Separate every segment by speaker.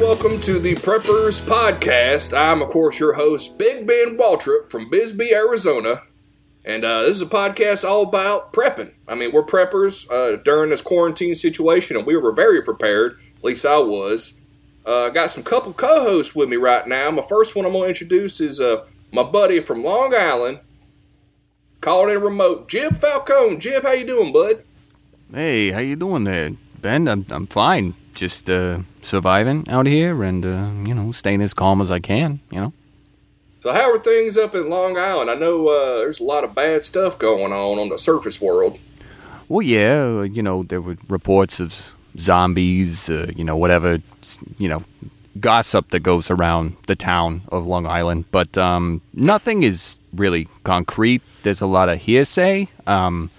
Speaker 1: welcome to the Preppers Podcast. I'm, of course, your host, Big Ben Waltrip from Bisbee, Arizona. And uh, this is a podcast all about prepping. I mean, we're preppers uh, during this quarantine situation, and we were very prepared. At least I was. Uh, got some couple co-hosts with me right now. My first one I'm going to introduce is uh, my buddy from Long Island, calling in remote, Jib Falcone. Jib, how you doing, bud?
Speaker 2: Hey, how you doing there, Ben? I'm I'm fine. Just uh, surviving out here, and uh, you know, staying as calm as I can. You know.
Speaker 1: So how are things up in Long Island? I know uh, there's a lot of bad stuff going on on the surface world.
Speaker 2: Well, yeah, uh, you know, there were reports of zombies. Uh, you know, whatever. s- You know, gossip that goes around the town of Long Island, but um, nothing is really concrete. There's a lot of hearsay. Um,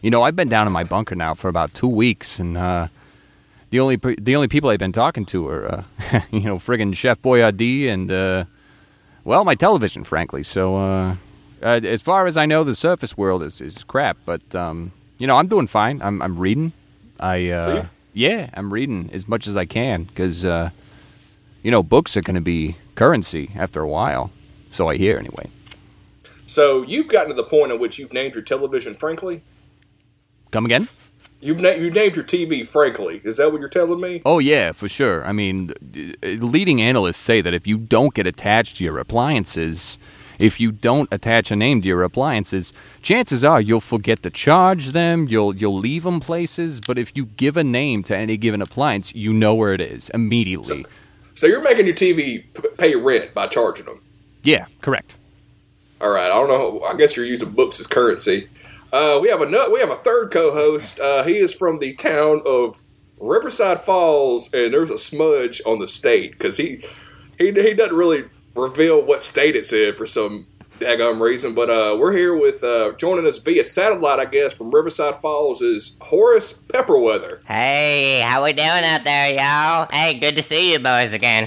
Speaker 2: you know, I've been down in my bunker now for about two weeks, and uh, the only pe- the only people I've been talking to are uh, you know friggin' Chef Boyardee and uh, well my television, frankly. So uh, uh, as far as I know, the surface world is, is crap. But um, you know I'm doing fine. I'm I'm reading. I uh,
Speaker 1: See?
Speaker 2: yeah I'm reading as much as I can because uh, you know books are going to be currency after a while. So I hear anyway.
Speaker 1: So you've gotten to the point at which you've named your television Frankly.
Speaker 2: Come again?
Speaker 1: You've na- you named your TV Frankly. Is that what you're telling me?
Speaker 2: Oh yeah, for sure. I mean, d- d- leading analysts say that if you don't get attached to your appliances, if you don't attach a name to your appliances, chances are you'll forget to charge them, you'll you'll leave them places, but if you give a name to any given appliance, you know where it is immediately.
Speaker 1: So you're making your TV p- pay rent by charging them.
Speaker 2: yeah, correct.
Speaker 1: All right. I don't know. I guess you're using books as currency. Uh, we have another. We have a third co-host. Uh, he is from the town of Riverside Falls, and there's a smudge on the state because he, he he doesn't really reveal what state it's in for some daggum reason. But uh, we're here with uh, joining us via satellite, I guess, from Riverside Falls is Horace Pepperweather.
Speaker 3: Hey, how we doing out there, y'all? Hey, good to see you boys again.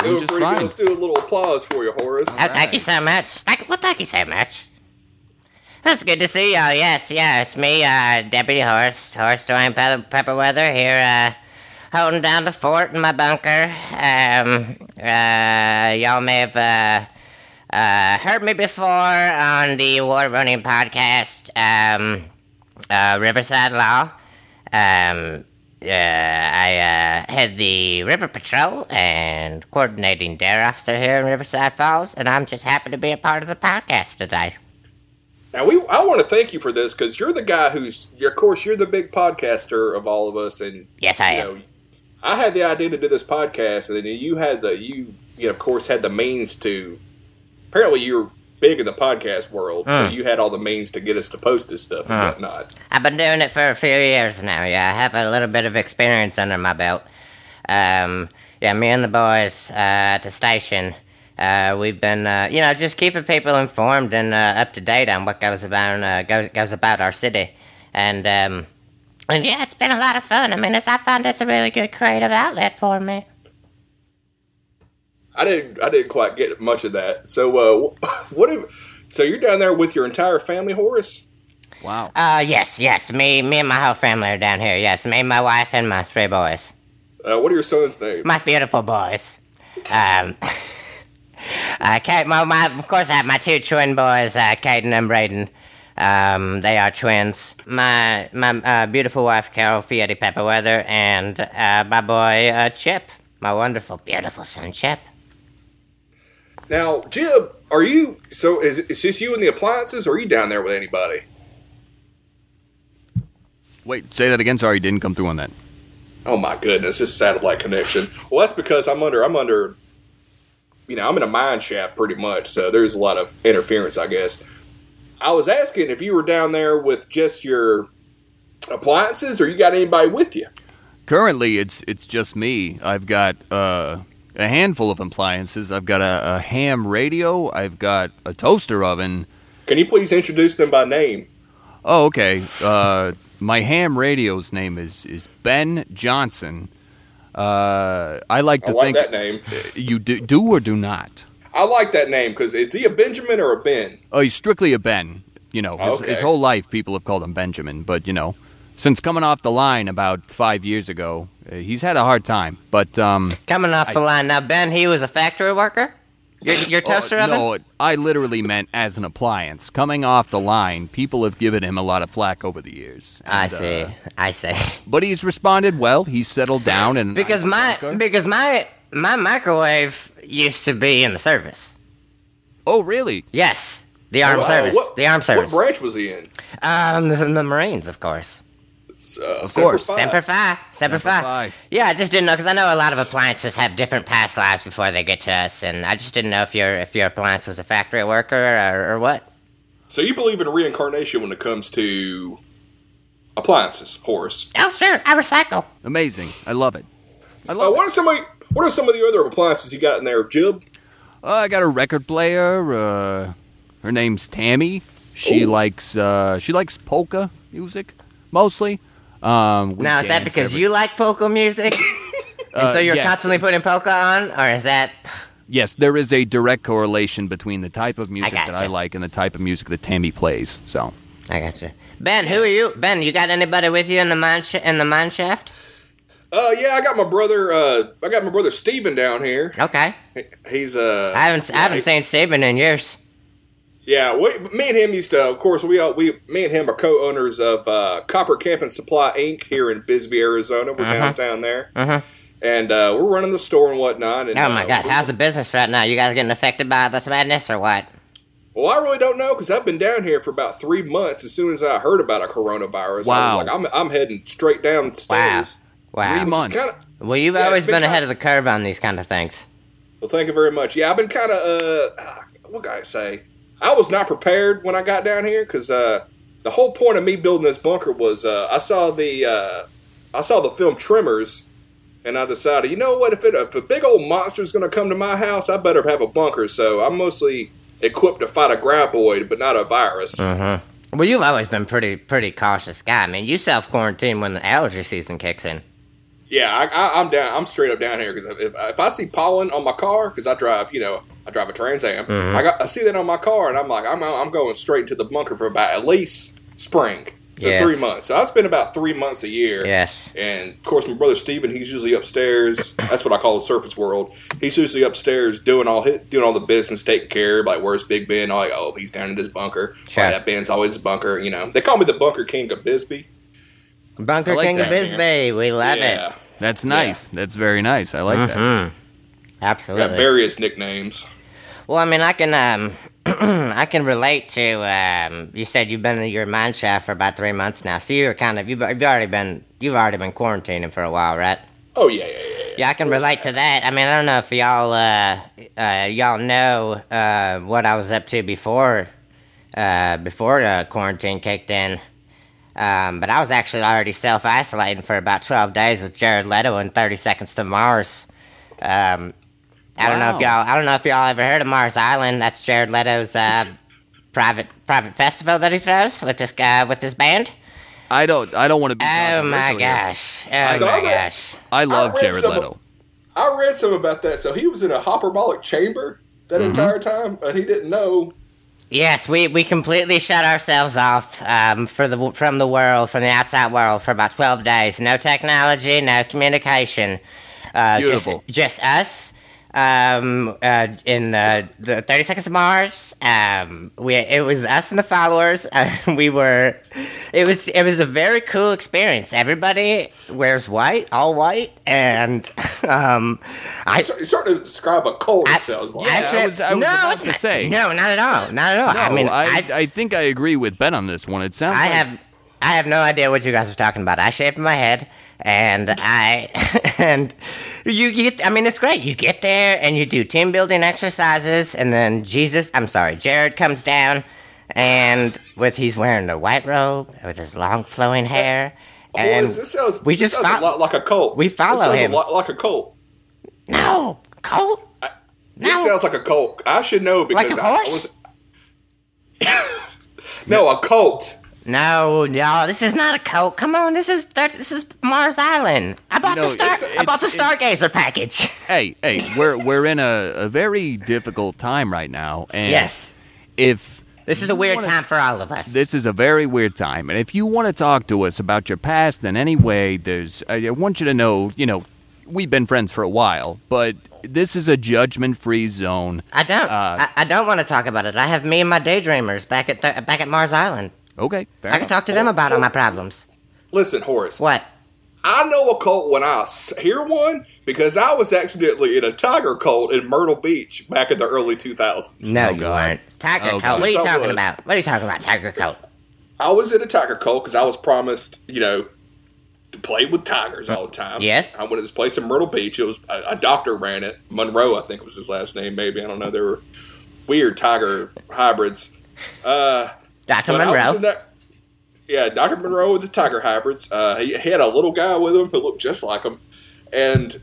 Speaker 2: Doing
Speaker 1: Doing
Speaker 2: just
Speaker 1: pretty good.
Speaker 2: fine.
Speaker 1: Let's do a little applause for you, Horace.
Speaker 3: Oh, thank you so much. Thank, well, thank you so much. That's good to see y'all. Yes, yeah, it's me, uh, Deputy Horse, Horse Joint Pe- Pepperweather here, uh, holding down the fort in my bunker. Um, uh, y'all may have, uh, uh, heard me before on the award running podcast, um, uh, Riverside Law. Um, uh, I uh, head the River Patrol and coordinating dare officer here in Riverside Falls, and I'm just happy to be a part of the podcast today.
Speaker 1: Now we, I want to thank you for this because you're the guy who's, you're, of course, you're the big podcaster of all of us, and
Speaker 3: Yes, I
Speaker 1: you
Speaker 3: am.
Speaker 1: know, I had the idea to do this podcast, and then you had the you, you know, of course, had the means to. Apparently, you're big in the podcast world, so you had all the means to get us to post this stuff and whatnot.
Speaker 3: I've been doing it for a few years now. Yeah, I have a little bit of experience under my belt. Um, yeah, me and the boys uh, at the station, uh, we've been, uh, you know, just keeping people informed and uh, up to date on what goes about uh, goes goes about our city, and um, and yeah, it's been a lot of fun. I mean, it's, I found it's a really good creative outlet for me.
Speaker 1: I didn't, I didn't quite get much of that. So, uh, what if? So you're down there with your entire family, Horace?
Speaker 2: Wow.
Speaker 3: Uh, yes, yes, me, me and my whole family are down here. Yes, me, my wife, and my three boys.
Speaker 1: Uh, what are your sons' names?
Speaker 3: my beautiful boys. Um, uh, Kate, my, my, of course, I have my two twin boys, uh, Caden and Braden. Um, they are twins. My my uh, beautiful wife, Carol Fiati Pepperweather, and uh, my boy uh, Chip, my wonderful, beautiful son Chip.
Speaker 1: Now, Jib, are you? So is it's just you and the appliances? Or are you down there with anybody?
Speaker 2: Wait, say that again. Sorry, didn't come through on that.
Speaker 1: Oh my goodness, this satellite connection. Well, that's because I'm under I'm under you know, I'm in a mine shaft pretty much, so there's a lot of interference, I guess. I was asking if you were down there with just your appliances or you got anybody with you.
Speaker 2: Currently, it's it's just me. I've got uh, a handful of appliances. I've got a, a ham radio. I've got a toaster oven.
Speaker 1: Can you please introduce them by name?
Speaker 2: Oh, okay. Uh, my ham radio's name is is Ben Johnson. Uh, I like
Speaker 1: I
Speaker 2: to
Speaker 1: like that
Speaker 2: think
Speaker 1: name.
Speaker 2: you do, do or do not.
Speaker 1: I like that name because is he a Benjamin or a Ben?
Speaker 2: Oh, he's strictly a Ben. You know, his,
Speaker 1: Okay.
Speaker 2: his whole life people have called him Benjamin, but you know, since coming off the line about five years ago, uh, he's had a hard time. But um,
Speaker 3: Coming off the line now, Ben. He was a factory worker. Your, your toaster
Speaker 2: oh,
Speaker 3: oven.
Speaker 2: no, I literally meant as an appliance. Coming off the line, people have given him a lot of flack over the years.
Speaker 3: I
Speaker 2: And, uh,
Speaker 3: see. I see.
Speaker 2: but he's responded well. He's settled down and
Speaker 3: Because
Speaker 2: I'm a
Speaker 3: my
Speaker 2: banker.
Speaker 3: because my my microwave used to be in the service.
Speaker 2: oh really?
Speaker 3: Yes, the armed
Speaker 1: Wow,
Speaker 3: service.
Speaker 1: what-
Speaker 3: the armed service.
Speaker 1: What branch was he in?
Speaker 3: um, the, the Marines, of course.
Speaker 1: Uh, of
Speaker 2: course.
Speaker 3: Semper Fi. Semper, Fi.
Speaker 2: Fi.
Speaker 3: Yeah, I just didn't know because I know a lot of appliances have different past lives before they get to us, and I just didn't know if your if your appliance was a factory worker or, or what.
Speaker 1: So you believe in reincarnation when it comes to appliances, Horace?
Speaker 3: Oh, sure, I recycle.
Speaker 2: Amazing. I love it. I
Speaker 1: Uh,
Speaker 2: love it.
Speaker 1: what are some of what are some of the other appliances you got in there, Jib?
Speaker 2: Uh, I got a record player. Uh, her name's Tammy. She
Speaker 1: Ooh.
Speaker 2: likes uh, she likes polka music mostly. Um, we
Speaker 3: Now is that
Speaker 2: dance
Speaker 3: because
Speaker 2: every-
Speaker 3: you like polka music, and so you're
Speaker 2: Uh, yes.
Speaker 3: constantly putting polka on, or is that
Speaker 2: Yes, there is a direct correlation between the type of music that I
Speaker 3: gotcha.
Speaker 2: like and the type of music that Tammy plays. So
Speaker 3: I got you, Ben? Who are you, Ben? You got anybody with you in the mine sh- in the mine shaft?
Speaker 1: Uh, yeah, I got my brother. Uh, I got my brother Steven down here.
Speaker 3: Okay,
Speaker 1: He's uh,
Speaker 3: I haven't I haven't seen Steven in years.
Speaker 1: Yeah, we, me and him used to. Of course, we all we me and him are co-owners of uh, Copper Camp and Supply Inc. here in Bisbee, Arizona. We're
Speaker 3: Uh-huh.
Speaker 1: downtown there, and uh, we're running the store and whatnot. And,
Speaker 3: Oh my
Speaker 1: uh,
Speaker 3: God,
Speaker 1: we-
Speaker 3: how's the business right now? You guys getting affected by this madness or what?
Speaker 1: Well, I really don't know because I've been down here for about three months. As soon as I heard about a coronavirus,
Speaker 2: Wow.
Speaker 1: I was like, I'm I'm heading straight
Speaker 3: Wow,
Speaker 1: downstairs.
Speaker 3: wow.
Speaker 2: three months.
Speaker 1: Kind of.
Speaker 3: Well, you've
Speaker 1: Yeah,
Speaker 3: always
Speaker 1: it's been
Speaker 3: been
Speaker 1: kind-
Speaker 3: ahead of the curve on these kind of things.
Speaker 1: Well, thank you very much. Yeah, I've been kind of uh, ah, what can I say? I was not prepared when I got down here because uh, the whole point of me building this bunker was uh, I saw the uh, I saw the film Tremors, and I decided, you know what? If it if a big old monster's going to come to my house, I better have a bunker. So I'm mostly equipped to fight a graboid, but not a virus.
Speaker 3: Well, you've always been pretty pretty cautious guy. I mean, you self quarantine when the allergy season kicks in.
Speaker 1: Yeah, I, I, I'm down. I'm straight up down here because if, if I see pollen on my car, because I drive, you know, I drive a Trans Am.
Speaker 3: Mm-hmm.
Speaker 1: I got I see that on my car, and I'm like, I'm I'm going straight into the bunker for about at least spring, so
Speaker 3: Yes.
Speaker 1: three months. So I spend about three months a year.
Speaker 3: Yes.
Speaker 1: And of course, my brother Steven, he's usually upstairs. That's what I call the surface world. He's usually upstairs doing all his, doing all the business, taking care of like where's Big Ben? All like, oh, he's down in his bunker.
Speaker 3: Sure.
Speaker 1: Oh, that Ben's always a bunker. You know, they call me the Bunker King of Bisbee.
Speaker 3: Bunker
Speaker 2: I like
Speaker 3: King of
Speaker 2: that,
Speaker 3: Bisbee, we love
Speaker 1: yeah,
Speaker 3: it.
Speaker 2: That's nice. That's very nice. I like
Speaker 3: Mm-hmm.
Speaker 2: that.
Speaker 1: got
Speaker 3: Absolutely.
Speaker 1: various nicknames.
Speaker 3: well, I mean, I can um, I can relate to um. You said you've been in your mine shaft for about three months now, so you're kind of you've, you've already been you've already been quarantining for a while, right?
Speaker 1: Oh yeah, yeah, yeah.
Speaker 3: Yeah, I can relate to that. I mean, I don't know if y'all uh, uh, y'all know uh, what I was up to before uh, before uh, quarantine kicked in, um, but I was actually already self isolating for about twelve days with Jared Leto in Thirty Seconds to Mars. Um, I don't know if
Speaker 2: Wow.
Speaker 3: y'all I don't know if y'all ever heard of Mars Island. That's Jared Leto's uh, private private festival that he throws with this guy with his band.
Speaker 2: I don't. I don't want to be.
Speaker 3: Oh my
Speaker 2: controversial here.
Speaker 3: gosh! Oh
Speaker 1: saw
Speaker 3: my
Speaker 1: that.
Speaker 3: gosh!
Speaker 2: I love
Speaker 1: read
Speaker 2: Jared
Speaker 1: some-
Speaker 2: Leto.
Speaker 1: I read something about that. So he was in a hyperbolic chamber that
Speaker 3: Mm-hmm.
Speaker 1: entire time, and he didn't know.
Speaker 3: Yes, we, we completely shut ourselves off um, for the from the world, from the outside world, for about twelve days. No technology, no communication. Uh,
Speaker 2: Beautiful.
Speaker 3: Just, just us. Um, uh, in the, the thirty seconds of Mars, um, we it was us and the followers. Uh, we were, it was it was a very cool experience. Everybody wears white, all white, and um, I
Speaker 1: You're starting to describe a cold.
Speaker 3: I-
Speaker 1: It sounds like.
Speaker 2: Yeah. I was- I was
Speaker 3: no,
Speaker 2: about
Speaker 3: it's
Speaker 2: to
Speaker 3: not-
Speaker 2: say.
Speaker 3: no, not at all, not at all.
Speaker 2: No,
Speaker 3: I mean,
Speaker 2: I,
Speaker 3: I,
Speaker 2: I think I agree with Ben on this one. It sounds.
Speaker 3: I
Speaker 2: like-
Speaker 3: have I have no idea what you guys are talking about. I shaved my head and I and you get I mean it's great. You get there and you do team building exercises and then Jesus I'm sorry, Jared comes down and with he's wearing a white robe with his long flowing hair.
Speaker 1: Boy,
Speaker 3: And
Speaker 1: this, this sounds.
Speaker 3: we
Speaker 1: this
Speaker 3: just
Speaker 1: sounds
Speaker 3: fo-
Speaker 1: a lot like a cult.
Speaker 3: we follow
Speaker 1: this sounds
Speaker 3: him.
Speaker 1: A lot like a cult.
Speaker 3: No Colt
Speaker 1: This
Speaker 3: No.
Speaker 1: sounds like a cult. I should know because
Speaker 3: Like a
Speaker 1: I- I
Speaker 3: horse?
Speaker 1: was- no, a cult.
Speaker 3: No, no, this is not a cult. Come on, this is this is Mars Island. I bought
Speaker 2: No,
Speaker 3: the star
Speaker 2: it's-
Speaker 3: I bought the
Speaker 2: it's- it's-
Speaker 3: Stargazer package.
Speaker 2: hey, hey, we're we're in a, a very difficult time right now, and
Speaker 3: Yes.
Speaker 2: if
Speaker 3: This is a weird
Speaker 2: wanna-
Speaker 3: time for all of us.
Speaker 2: This is a very weird time, and if you want to talk to us about your past in any way, there's I I want you to know, you know, we've been friends for a while, but this is a judgment-free zone.
Speaker 3: I don't.
Speaker 2: Uh,
Speaker 3: I, I don't want to talk about it. I have me and my daydreamers back at th- back at Mars Island.
Speaker 2: Okay, fair
Speaker 3: I can
Speaker 2: enough.
Speaker 3: talk to them about all my problems.
Speaker 1: Listen, Horace.
Speaker 3: What?
Speaker 1: I know a cult when I s- hear one because I was accidentally in a tiger cult in Myrtle Beach back in the early 2000s.
Speaker 3: No,
Speaker 2: Oh,
Speaker 3: you
Speaker 2: God.
Speaker 3: aren't. Tiger
Speaker 2: Oh,
Speaker 3: coat.
Speaker 2: God.
Speaker 3: What are you
Speaker 1: Yes, I
Speaker 3: talking
Speaker 1: was.
Speaker 3: about? What are you talking about, Tiger coat?
Speaker 1: I was in a tiger cult because I was promised, you know, to play with tigers all the time.
Speaker 3: Yes.
Speaker 1: I went to this place in Myrtle Beach. It was a, a doctor ran it. Monroe, I think was his last name. Maybe I don't know. They were weird tiger hybrids. Uh,
Speaker 3: Dr.
Speaker 1: But I was in
Speaker 3: Monroe.
Speaker 1: that- yeah, Dr. Monroe with the Tiger Hybrids. Uh, he, he had a little guy with him who looked just like him. And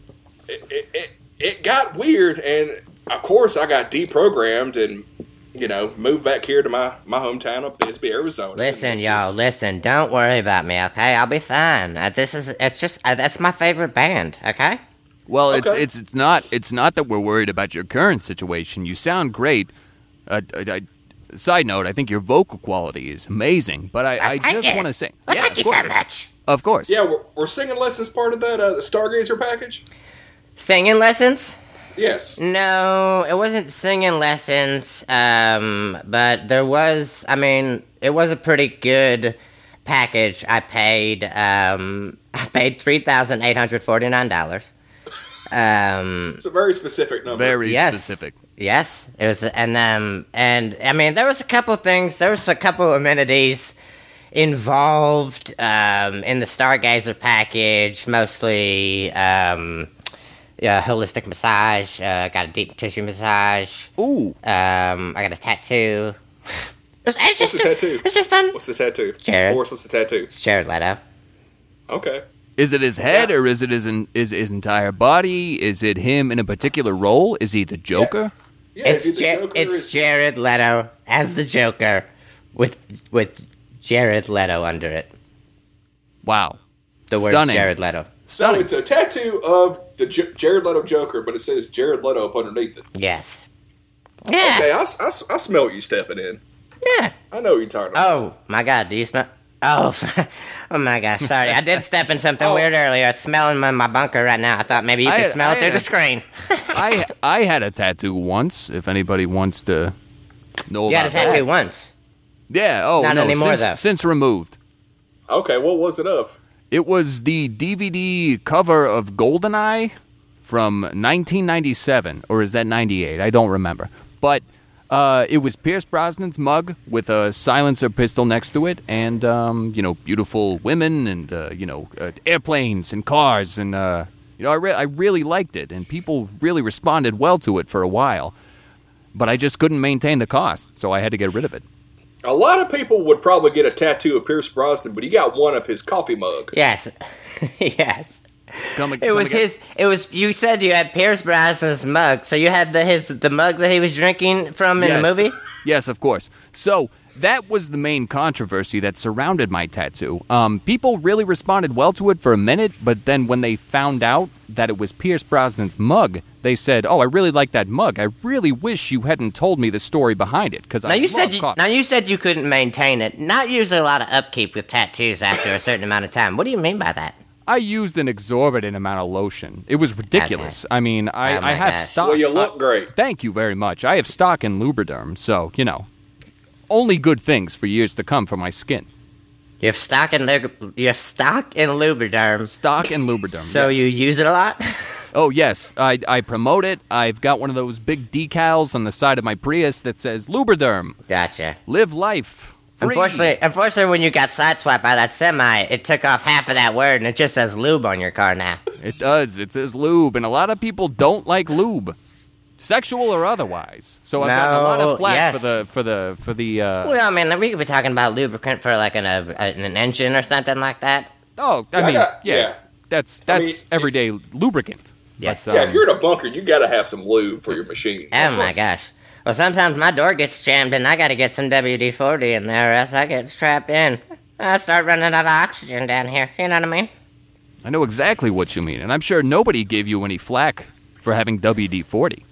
Speaker 1: it, it, it, it got weird. And of course, I got deprogrammed and, you know, moved back here to my, my hometown of Bisbee, Arizona.
Speaker 3: Listen,
Speaker 1: And it's
Speaker 3: y'all.
Speaker 1: just-
Speaker 3: Listen. Don't worry about me, okay? I'll be fine. Uh, this is. It's just. Uh, that's my favorite band, okay?
Speaker 2: Well, it's
Speaker 1: Okay.
Speaker 2: it's it's not it's not that we're worried about your current situation. You sound great. Uh, I, I- side note, I think your vocal quality is amazing, but I, I
Speaker 3: Thank
Speaker 2: just
Speaker 3: you.
Speaker 2: want to say,
Speaker 3: Well,
Speaker 2: yeah,
Speaker 3: thank
Speaker 2: of
Speaker 3: you
Speaker 2: course,
Speaker 3: so much.
Speaker 2: of course.
Speaker 1: Yeah, we're, we're singing lessons part of that uh, the Stargazer package.
Speaker 3: Singing lessons.
Speaker 1: Yes.
Speaker 3: Mm. No, it wasn't singing lessons, um, but there was, I mean, it was a pretty good package. I paid, um, I paid $3,849. Um,
Speaker 1: It's a very specific number.
Speaker 2: very
Speaker 3: Yes.
Speaker 2: specific.
Speaker 3: yes, it was, and, um, and, I mean, there was a couple things, there was a couple amenities involved, um, in the Stargazer package, mostly, um, yeah, holistic massage, uh, got a deep tissue massage.
Speaker 2: Ooh,
Speaker 3: Um, I got a tattoo. It's, it's just
Speaker 1: What's the tattoo?
Speaker 3: It's just fun.
Speaker 1: What's the tattoo?
Speaker 3: Jared.
Speaker 1: Morris, what's the tattoo?
Speaker 3: Jared Leto.
Speaker 1: Okay.
Speaker 2: is it his head
Speaker 1: Yeah.
Speaker 2: or is it his en- is his entire body? Is it him in a particular role? Is he the Joker?
Speaker 1: Yeah,
Speaker 3: it's
Speaker 1: is he the
Speaker 3: Ja-
Speaker 1: Joker or
Speaker 3: it's
Speaker 1: is-
Speaker 3: Jared Leto as the Joker, with with Jared Leto under it.
Speaker 2: Wow,
Speaker 3: The word
Speaker 2: Stunning.
Speaker 3: Jared Leto.
Speaker 1: so
Speaker 2: stunning.
Speaker 1: it's a tattoo of the J- Jared Leto Joker, but it says Jared Leto up underneath it.
Speaker 3: Yes. Yeah.
Speaker 1: Okay, I, s- I s- I smell you stepping in.
Speaker 3: Yeah.
Speaker 1: I know what you're talking about.
Speaker 3: Oh my God! Do you smell? Oh, oh my gosh! Sorry, I did step in something
Speaker 1: Oh.
Speaker 3: weird earlier. It's smelling my, my bunker right now. I thought maybe you
Speaker 2: I
Speaker 3: could
Speaker 2: had-
Speaker 3: smell
Speaker 2: I
Speaker 3: it
Speaker 2: had
Speaker 3: through the
Speaker 2: a-
Speaker 3: screen.
Speaker 2: I I had a tattoo once. If anybody wants to know
Speaker 3: you
Speaker 2: about
Speaker 3: had a
Speaker 2: that.
Speaker 3: tattoo once.
Speaker 2: yeah. Oh
Speaker 3: Not
Speaker 2: no,
Speaker 3: anymore,
Speaker 2: since,
Speaker 3: though.
Speaker 2: since removed.
Speaker 3: Oh.
Speaker 1: Okay, what was it of?
Speaker 2: It was the DVD cover of Goldeneye from 1997, or is that 98? I don't remember. But uh, it was Pierce Brosnan's mug with a silencer pistol next to it, and um, you know, beautiful women and uh, you know, uh, airplanes and cars, and uh, you know, I, re- I really liked it, and people really responded well to it for a while. But I just couldn't maintain the cost, so I had to get rid of it.
Speaker 1: A lot of people would probably get a tattoo of Pierce Brosnan, but he got one of his coffee mug.
Speaker 3: Yes. yes.
Speaker 2: Come,
Speaker 3: It was his. It was. You said you had Pierce Brosnan's mug, so you had the his the mug that he was drinking from in the movie.
Speaker 2: Yes, of course. So that was the main controversy that surrounded my tattoo. Um, people really responded well to it for a minute, but then when they found out that it was Pierce Brosnan's mug, they said, "Oh, I really like that mug. I really wish you hadn't told me the story behind it because
Speaker 3: Now
Speaker 2: I
Speaker 3: you
Speaker 2: love
Speaker 3: said you,
Speaker 2: coffee."
Speaker 3: now you said you couldn't maintain it. Not usually a lot of upkeep with tattoos after a certain amount of time. What do you mean by that?
Speaker 2: I used an exorbitant amount of lotion. It was ridiculous. I mean, I,
Speaker 3: Oh my
Speaker 2: I have
Speaker 3: gosh.
Speaker 2: stock. Uh,
Speaker 1: Well, you look great.
Speaker 2: Thank you very much. I have stock in Lubriderm, so you know, only good things for years to come for my skin.
Speaker 3: You have stock in lug- you have stock in lubriderms,
Speaker 2: Stock in Lubriderm.
Speaker 3: so
Speaker 2: yes.
Speaker 3: you use it a lot.
Speaker 2: Oh yes, I, I promote it. I've got one of those big decals on the side of my Prius that says Lubriderm.
Speaker 3: gotcha.
Speaker 2: Live life. Free.
Speaker 3: Unfortunately, unfortunately, when you got sideswiped by that semi, it took off half of that word, and it just says lube on your car now.
Speaker 2: It does. It says lube, and a lot of people don't like lube. Sexual or otherwise. So I've got a lot
Speaker 3: No,
Speaker 2: of flack
Speaker 3: yes.
Speaker 2: for the for the for the uh
Speaker 3: Well, I mean, we could be talking about lubricant for like an uh, an engine or something like that.
Speaker 2: Oh, I
Speaker 1: Yeah, I
Speaker 2: mean,
Speaker 1: got-
Speaker 2: yeah.
Speaker 1: yeah.
Speaker 2: That's
Speaker 1: I mean,
Speaker 2: that's everyday lubricant.
Speaker 3: Yes.
Speaker 2: But,
Speaker 1: Yeah,
Speaker 2: um,
Speaker 1: if you're in a bunker, you got to have some lube for your machine.
Speaker 3: Oh
Speaker 1: Of
Speaker 3: my
Speaker 1: course.
Speaker 3: gosh. Well, sometimes my door gets jammed and I gotta get some WD 40 in there, or else I get trapped in. I start running out of oxygen down here. You know what I mean?
Speaker 2: I know exactly what you mean, and I'm sure nobody gave you any flack for having WD forty.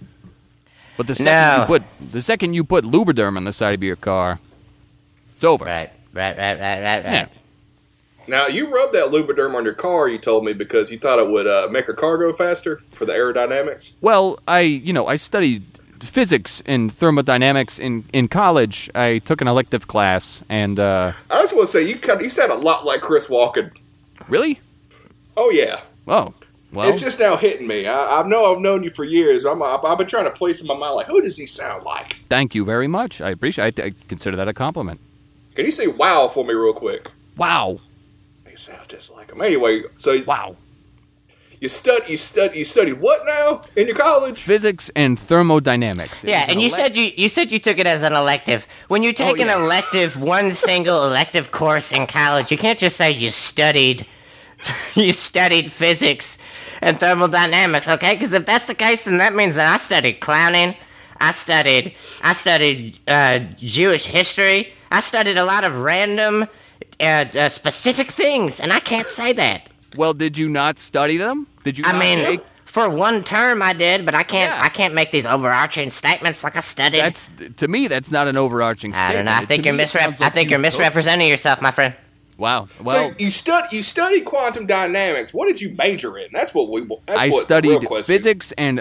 Speaker 2: But the second
Speaker 3: No.
Speaker 2: you put the second you put Lubriderm on the side of your car, it's over.
Speaker 3: Right, right, right, right, right, right.
Speaker 2: Yeah.
Speaker 1: Now you rubbed that Lubriderm on your car. You told me because you thought it would uh, make your car go faster for the aerodynamics.
Speaker 2: Well, I you know I studied physics and thermodynamics in in college. I took an elective class and uh,
Speaker 1: I just want to say you kind of, you sound a lot like Chris Walken.
Speaker 2: really,
Speaker 1: Oh yeah,
Speaker 2: oh well,
Speaker 1: it's just now hitting me. I, I know I've known you for years. I'm, I've, I've been trying to place in my mind like who does he sound like?
Speaker 2: thank you very much. I appreciate. I, I consider that a compliment.
Speaker 1: Can you say wow for me real quick?
Speaker 2: Wow,
Speaker 1: They sound just like him. Anyway, so
Speaker 2: wow.
Speaker 1: you stud you stud you studied what now in your college?
Speaker 2: Physics and thermodynamics. It
Speaker 3: Yeah,
Speaker 2: was an
Speaker 3: and you
Speaker 2: elec-
Speaker 3: said you you said you took it as an elective. When you take
Speaker 2: yeah.
Speaker 3: an elective, one single elective course in college, you can't just say you studied you studied physics and thermodynamics, okay? Because if that's the case, then that means that I studied clowning, I studied I studied uh, Jewish history, I studied a lot of random uh, uh, specific things, and I can't say that.
Speaker 2: Well, did you not study them? Did you?
Speaker 3: I
Speaker 2: not
Speaker 3: mean,
Speaker 2: take-
Speaker 3: for one term I did, but I can't
Speaker 2: Yeah.
Speaker 3: I can't make these overarching statements like I studied.
Speaker 2: that's to me. That's not an overarching.
Speaker 3: I don't know. I
Speaker 2: statement.
Speaker 3: think
Speaker 2: To
Speaker 3: you're
Speaker 2: me, it
Speaker 3: misrep-
Speaker 2: sounds like
Speaker 3: I think
Speaker 2: you
Speaker 3: you're misrepresenting yourself, my friend.
Speaker 2: took- Wow. Well,
Speaker 1: so you stud you studied quantum dynamics. What did you major in? That's what we. That's
Speaker 2: I
Speaker 1: what the real
Speaker 2: studied
Speaker 1: question is.
Speaker 2: physics and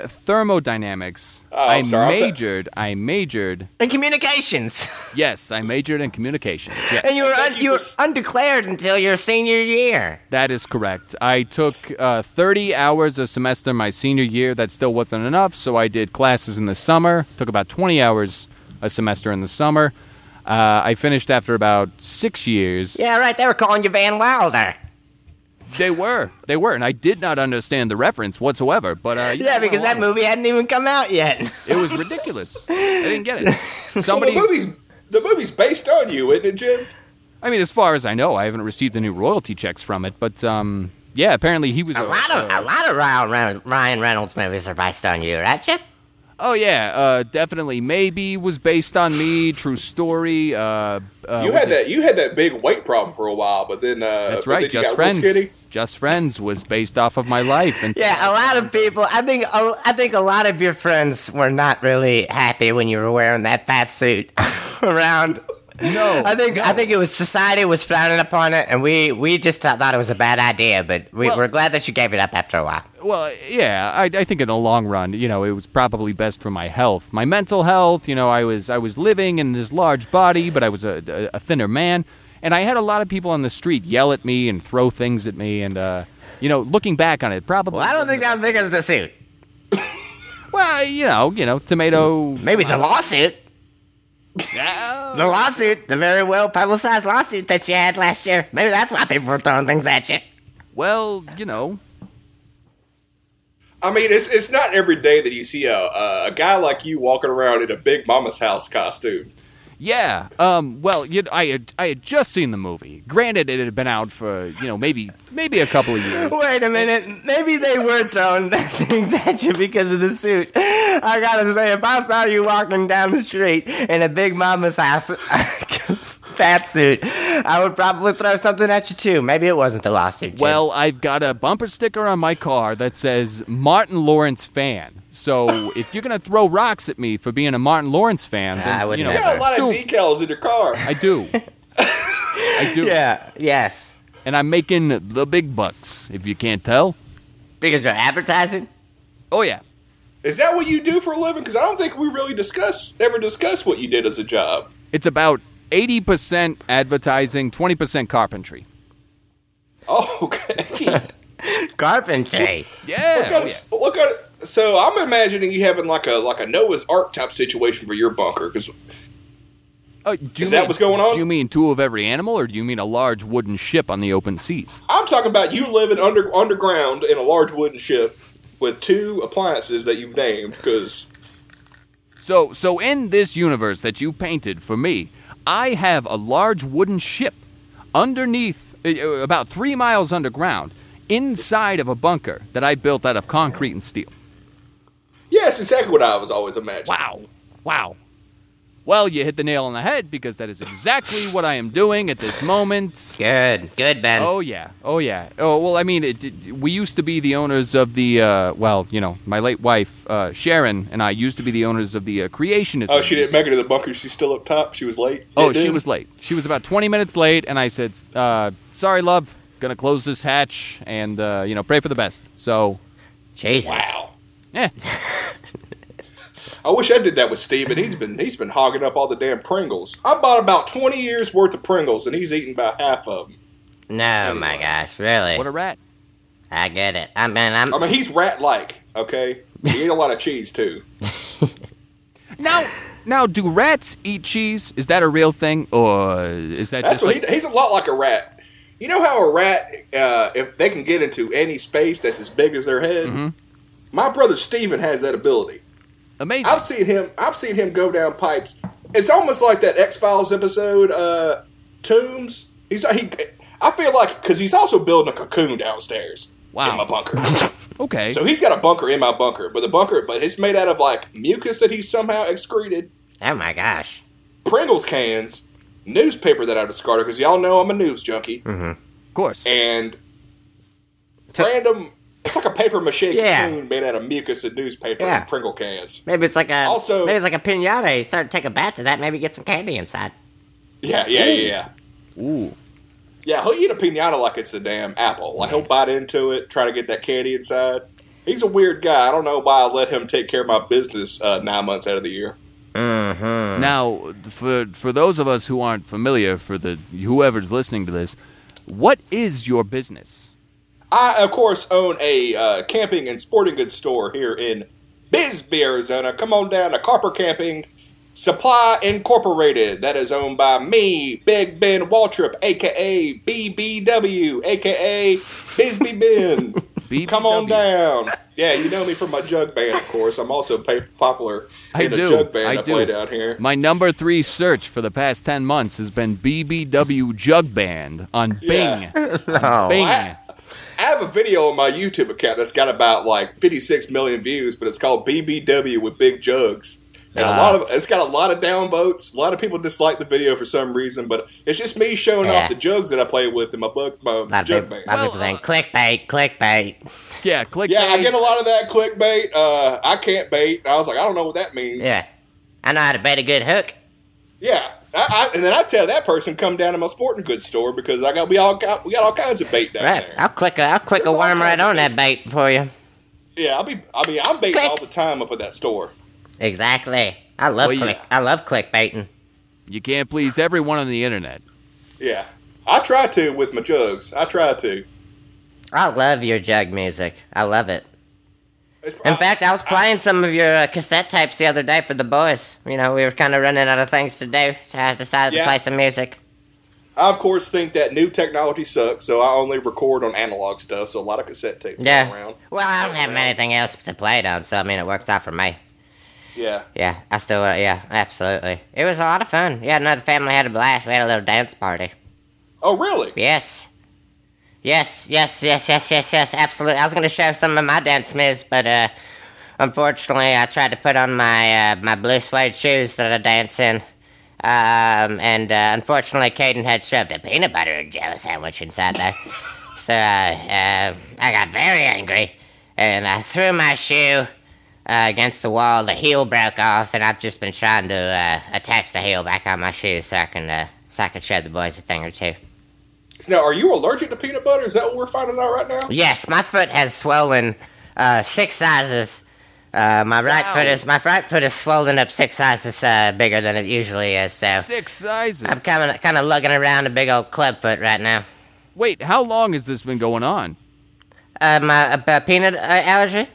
Speaker 2: thermodynamics.
Speaker 1: Oh,
Speaker 2: I
Speaker 1: I'm sorry, I'm-
Speaker 2: majored. I majored.
Speaker 3: In communications,
Speaker 2: Yes, I majored in communications. Yeah,
Speaker 3: and you were un-
Speaker 1: Thank you
Speaker 3: you were
Speaker 1: for s-
Speaker 3: undeclared until your senior year.
Speaker 2: that is correct. I took uh, 30 hours a semester my senior year. That still wasn't enough, so I did classes in the summer. Took about 20 hours a semester in the summer. Uh, I finished after about six years.
Speaker 3: Yeah, right. They were calling you Van Wilder.
Speaker 2: They were, they were, and I did not understand the reference whatsoever. But uh, you
Speaker 3: Yeah,
Speaker 2: know,
Speaker 3: because that movie hadn't even come out yet.
Speaker 2: it was ridiculous. I didn't get it.
Speaker 1: Well,
Speaker 2: Somebody,
Speaker 1: the movie's the movie's based on you, isn't it, Jim?
Speaker 2: I mean, as far as I know, I haven't received any royalty checks from it, but um, yeah, apparently he was
Speaker 1: Oh,
Speaker 2: uh,
Speaker 3: A lot of a lot of Ryan Reynolds, Ryan Reynolds movies are based on you, right, Chip?
Speaker 2: oh yeah, uh, definitely. Maybe was based on me. True story. Uh, uh,
Speaker 1: you
Speaker 2: was
Speaker 1: had
Speaker 2: it-
Speaker 1: that you had that big weight problem for a while, but then uh,
Speaker 2: That's
Speaker 1: but
Speaker 2: right.
Speaker 1: Then you
Speaker 2: Just
Speaker 1: got real
Speaker 2: friends.
Speaker 1: skinny.
Speaker 2: Just friends was based off of my life, and
Speaker 3: Yeah, a lot of people. I think a, I think a lot of your friends were not really happy when you were wearing that fat suit around.
Speaker 2: No,
Speaker 3: I think I
Speaker 2: no.
Speaker 3: think it was society was frowning upon it, and we we just thought, thought it was a bad idea. But we,
Speaker 2: Well-
Speaker 3: we're glad that you gave it up after a while.
Speaker 2: well, yeah. I, I think in the long run, you know, it was probably best for my health, my mental health. You know, I was I was living in this large body, but I was a, a, a thinner man, and I had a lot of people on the street yell at me and throw things at me, and uh, you know, looking back on it, probably.
Speaker 3: Well, I don't think that was because of the suit.
Speaker 2: Well, you know, you know, tomato.
Speaker 3: Maybe the lawsuit, the lawsuit, the very well publicized lawsuit that you had last year. Maybe that's why people were throwing things at you.
Speaker 2: Well, you know,
Speaker 1: I mean, it's it's not every day that you see a a a guy like you walking around in a big mama's house costume.
Speaker 2: yeah. Um, well, you I had I had just seen the movie. Granted, it had been out for you know maybe maybe a couple of years.
Speaker 3: Wait a minute. Maybe they were throwing things at you because of the suit. I gotta say, if I saw you walking down the street in a big mama's house fat suit, I would probably throw something at you too. Maybe it wasn't the lawsuit. Jim.
Speaker 2: Well, I've got a bumper sticker on my car that says Martin Lawrence fan. So if you're gonna throw rocks at me for being a Martin Lawrence fan, then,
Speaker 3: I would
Speaker 2: you know,
Speaker 1: You got a lot
Speaker 2: so-
Speaker 1: of decals in your car.
Speaker 2: I do. I do.
Speaker 3: yeah, yes,
Speaker 2: And I'm making the big bucks. If you can't tell.
Speaker 3: because you're advertising.
Speaker 2: Oh yeah.
Speaker 1: Is that what you do for a living? Because I don't think we really discuss ever discuss what you did as a job.
Speaker 2: It's about 80% advertising, 20% carpentry.
Speaker 1: Oh, okay.
Speaker 3: Carpentry.
Speaker 2: Oh, Yeah.
Speaker 1: What kind of- what kind of- so I'm imagining you having like a like a Noah's Ark type situation for your bunker because
Speaker 2: Oh, do you
Speaker 1: Is that
Speaker 2: mean-
Speaker 1: what's going on?
Speaker 2: Do you mean two of every animal, or do you mean a large wooden ship on the open seas?
Speaker 1: I'm talking about you living under underground in a large wooden ship with two appliances that you've named because
Speaker 2: So, so in this universe that you painted for me, I have a large wooden ship underneath, uh, uh, about three miles underground, inside of a bunker that I built out of concrete and steel.
Speaker 1: yeah, it's exactly what I was always imagining.
Speaker 2: Wow, wow. Well, you hit the nail on the head because that is exactly what I am doing at this moment.
Speaker 3: Good, good, Ben.
Speaker 2: Oh yeah, oh yeah. Oh well, I mean, it, it- we used to be the owners of the uh, well, you know, my late wife uh, Sharon and I used to be the owners of the uh, Creationism.
Speaker 1: Oh, she didn't make it to the bunker. She's still up top. She was late.
Speaker 2: Oh,
Speaker 1: Yeah,
Speaker 2: she
Speaker 1: dude.
Speaker 2: was late. She was about 20 minutes late, and I said, uh, "Sorry, love, gonna close this hatch and uh, you know pray for the best." So,
Speaker 3: Jesus.
Speaker 1: Wow.
Speaker 2: eh,
Speaker 1: I wish I did that with Steven. He's been he's been hogging up all the damn Pringles. I bought about twenty years worth of Pringles, and he's eating about half of them.
Speaker 3: No, my gosh, really?
Speaker 2: what a rat.
Speaker 3: I get it. I mean, I'm.
Speaker 1: I mean, he's rat like. Okay, he ate a lot of cheese too.
Speaker 2: Now, now, do rats eat cheese? Is that a real thing, or is that
Speaker 1: That's
Speaker 2: just
Speaker 1: what
Speaker 2: like
Speaker 1: he, he's a lot like a rat. You know how a rat, uh, if they can get into any space that's as big as their head,
Speaker 2: Mm-hmm.
Speaker 1: my brother Steven has that ability.
Speaker 2: amazing?
Speaker 1: I've seen him. I've seen him go down pipes. It's almost like that X Files episode, uh, Tombs. He's he. I feel like because he's also building a cocoon downstairs
Speaker 2: Wow.
Speaker 1: in my bunker.
Speaker 2: okay,
Speaker 1: so he's got a bunker in my bunker, but the bunker, but it's made out of like mucus that he somehow excreted,
Speaker 3: Oh my gosh.
Speaker 1: Pringles cans, newspaper that I discarded because y'all know I'm a news junkie,
Speaker 2: of course.
Speaker 1: and random. It's like a paper mache
Speaker 3: Yeah.
Speaker 1: cocoon made out of mucus and newspaper
Speaker 3: Yeah.
Speaker 1: and Pringle cans.
Speaker 3: Maybe it's like a.
Speaker 1: Also-
Speaker 3: maybe it's like a pinata. You start to take a bat to that. Maybe get some candy inside.
Speaker 1: Yeah, yeah, yeah, yeah.
Speaker 2: Ooh,
Speaker 1: Yeah, he'll eat a pinata like it's a damn apple. Like he'll bite into it, try to get that candy inside. He's a weird guy. I don't know why I let him take care of my business uh, nine months out of the year.
Speaker 2: Now, for for those of us who aren't familiar, for the whoever's listening to this, what is your business?
Speaker 1: I, of course, own a uh, camping and sporting goods store here in Bisbee, Arizona. Come on down to Carper Camping Supply Incorporated. That is owned by me, Big Ben Waltrip, aka BBW, aka Bisbee Ben.
Speaker 2: BBW.
Speaker 1: Come on down. Yeah, you know me from my jug band, of course. I'm also pa- popular
Speaker 2: I
Speaker 1: in the
Speaker 2: do.
Speaker 1: jug band
Speaker 2: I
Speaker 1: I,
Speaker 2: do.
Speaker 1: play down here.
Speaker 2: My number three search for the past ten months has been BBW Jug Band on
Speaker 1: Yeah.
Speaker 2: Bing. On Bing.
Speaker 1: I, I have a video on my YouTube account that's got about like 56 million views, but it's called BBW with Big Jugs. And a
Speaker 3: Ah.
Speaker 1: lot of it's got a lot of downvotes. A lot of people dislike the video for some reason, but it's just me showing
Speaker 3: Yeah.
Speaker 1: off the jugs that I play with in my bug my
Speaker 3: Not
Speaker 1: jug
Speaker 3: big.
Speaker 1: band.
Speaker 3: Not
Speaker 2: Well, uh,
Speaker 3: people saying clickbait, clickbait.
Speaker 2: Yeah, click.
Speaker 1: Yeah, I get a lot of that clickbait. Uh, I can't bait. I was like, I don't know what that means.
Speaker 3: Yeah, I know how to bait a good hook.
Speaker 1: Yeah. I, I, and then I tell that person come down to my sporting goods store because I got we all got we got all kinds of bait down
Speaker 3: Right,
Speaker 1: there.
Speaker 3: I'll click a. I'll click a
Speaker 1: There's all
Speaker 3: worm right
Speaker 1: kinds of
Speaker 3: on that bait for you.
Speaker 1: yeah, I'll be I mean I'm baiting
Speaker 3: Click.
Speaker 1: all the time up at that store.
Speaker 3: Exactly. I love
Speaker 2: Well,
Speaker 3: click.
Speaker 2: yeah.
Speaker 3: I love clickbaiting.
Speaker 2: You can't please everyone on the internet.
Speaker 1: Yeah. I try to with my jugs. I try to.
Speaker 3: I love your jug music. I love it.
Speaker 1: It's-
Speaker 3: In
Speaker 1: I-
Speaker 3: fact, I was playing some of your uh, cassette tapes the other day for the boys. You know, we were kind of running out of things to do, so I decided
Speaker 1: Yeah.
Speaker 3: to play some music.
Speaker 1: I, of course, think that new technology sucks, so I only record on analog stuff, so a lot of cassette tapes
Speaker 3: Yeah.
Speaker 1: yeah. around.
Speaker 3: Well, I don't have anything else to play it on, so I mean, it works out for me.
Speaker 1: Yeah.
Speaker 3: Yeah, I still, uh, yeah, absolutely. It was a lot of fun. Yeah, another family had a blast. We had a little dance party.
Speaker 1: Oh, really?
Speaker 3: Yes. Yes, yes, yes, yes, yes, yes, absolutely. I was going to show some of my dance moves, but uh, unfortunately, I tried to put on my uh, my blue suede shoes that I dance in. Um, and uh, unfortunately, Caden had shoved a peanut butter and jelly sandwich inside there. so uh, uh, I got very angry, and I threw my shoe uh, against the wall. The heel broke off, and I've just been trying to uh, attach the heel back on my shoe so I can, uh, so I can show the boys a thing or two.
Speaker 1: Now, are you allergic to peanut butter? Is that what we're finding out right now?
Speaker 3: Yes, my foot has swollen uh, six sizes. Uh, my right
Speaker 2: Wow.
Speaker 3: foot is my right foot is swollen up six sizes uh, bigger than it usually is. So
Speaker 2: Six sizes.
Speaker 3: I'm kind of kind of lugging around a big old club foot right now.
Speaker 2: Wait, how long has this been going on?
Speaker 3: Uh, my uh, uh, peanut uh, allergy.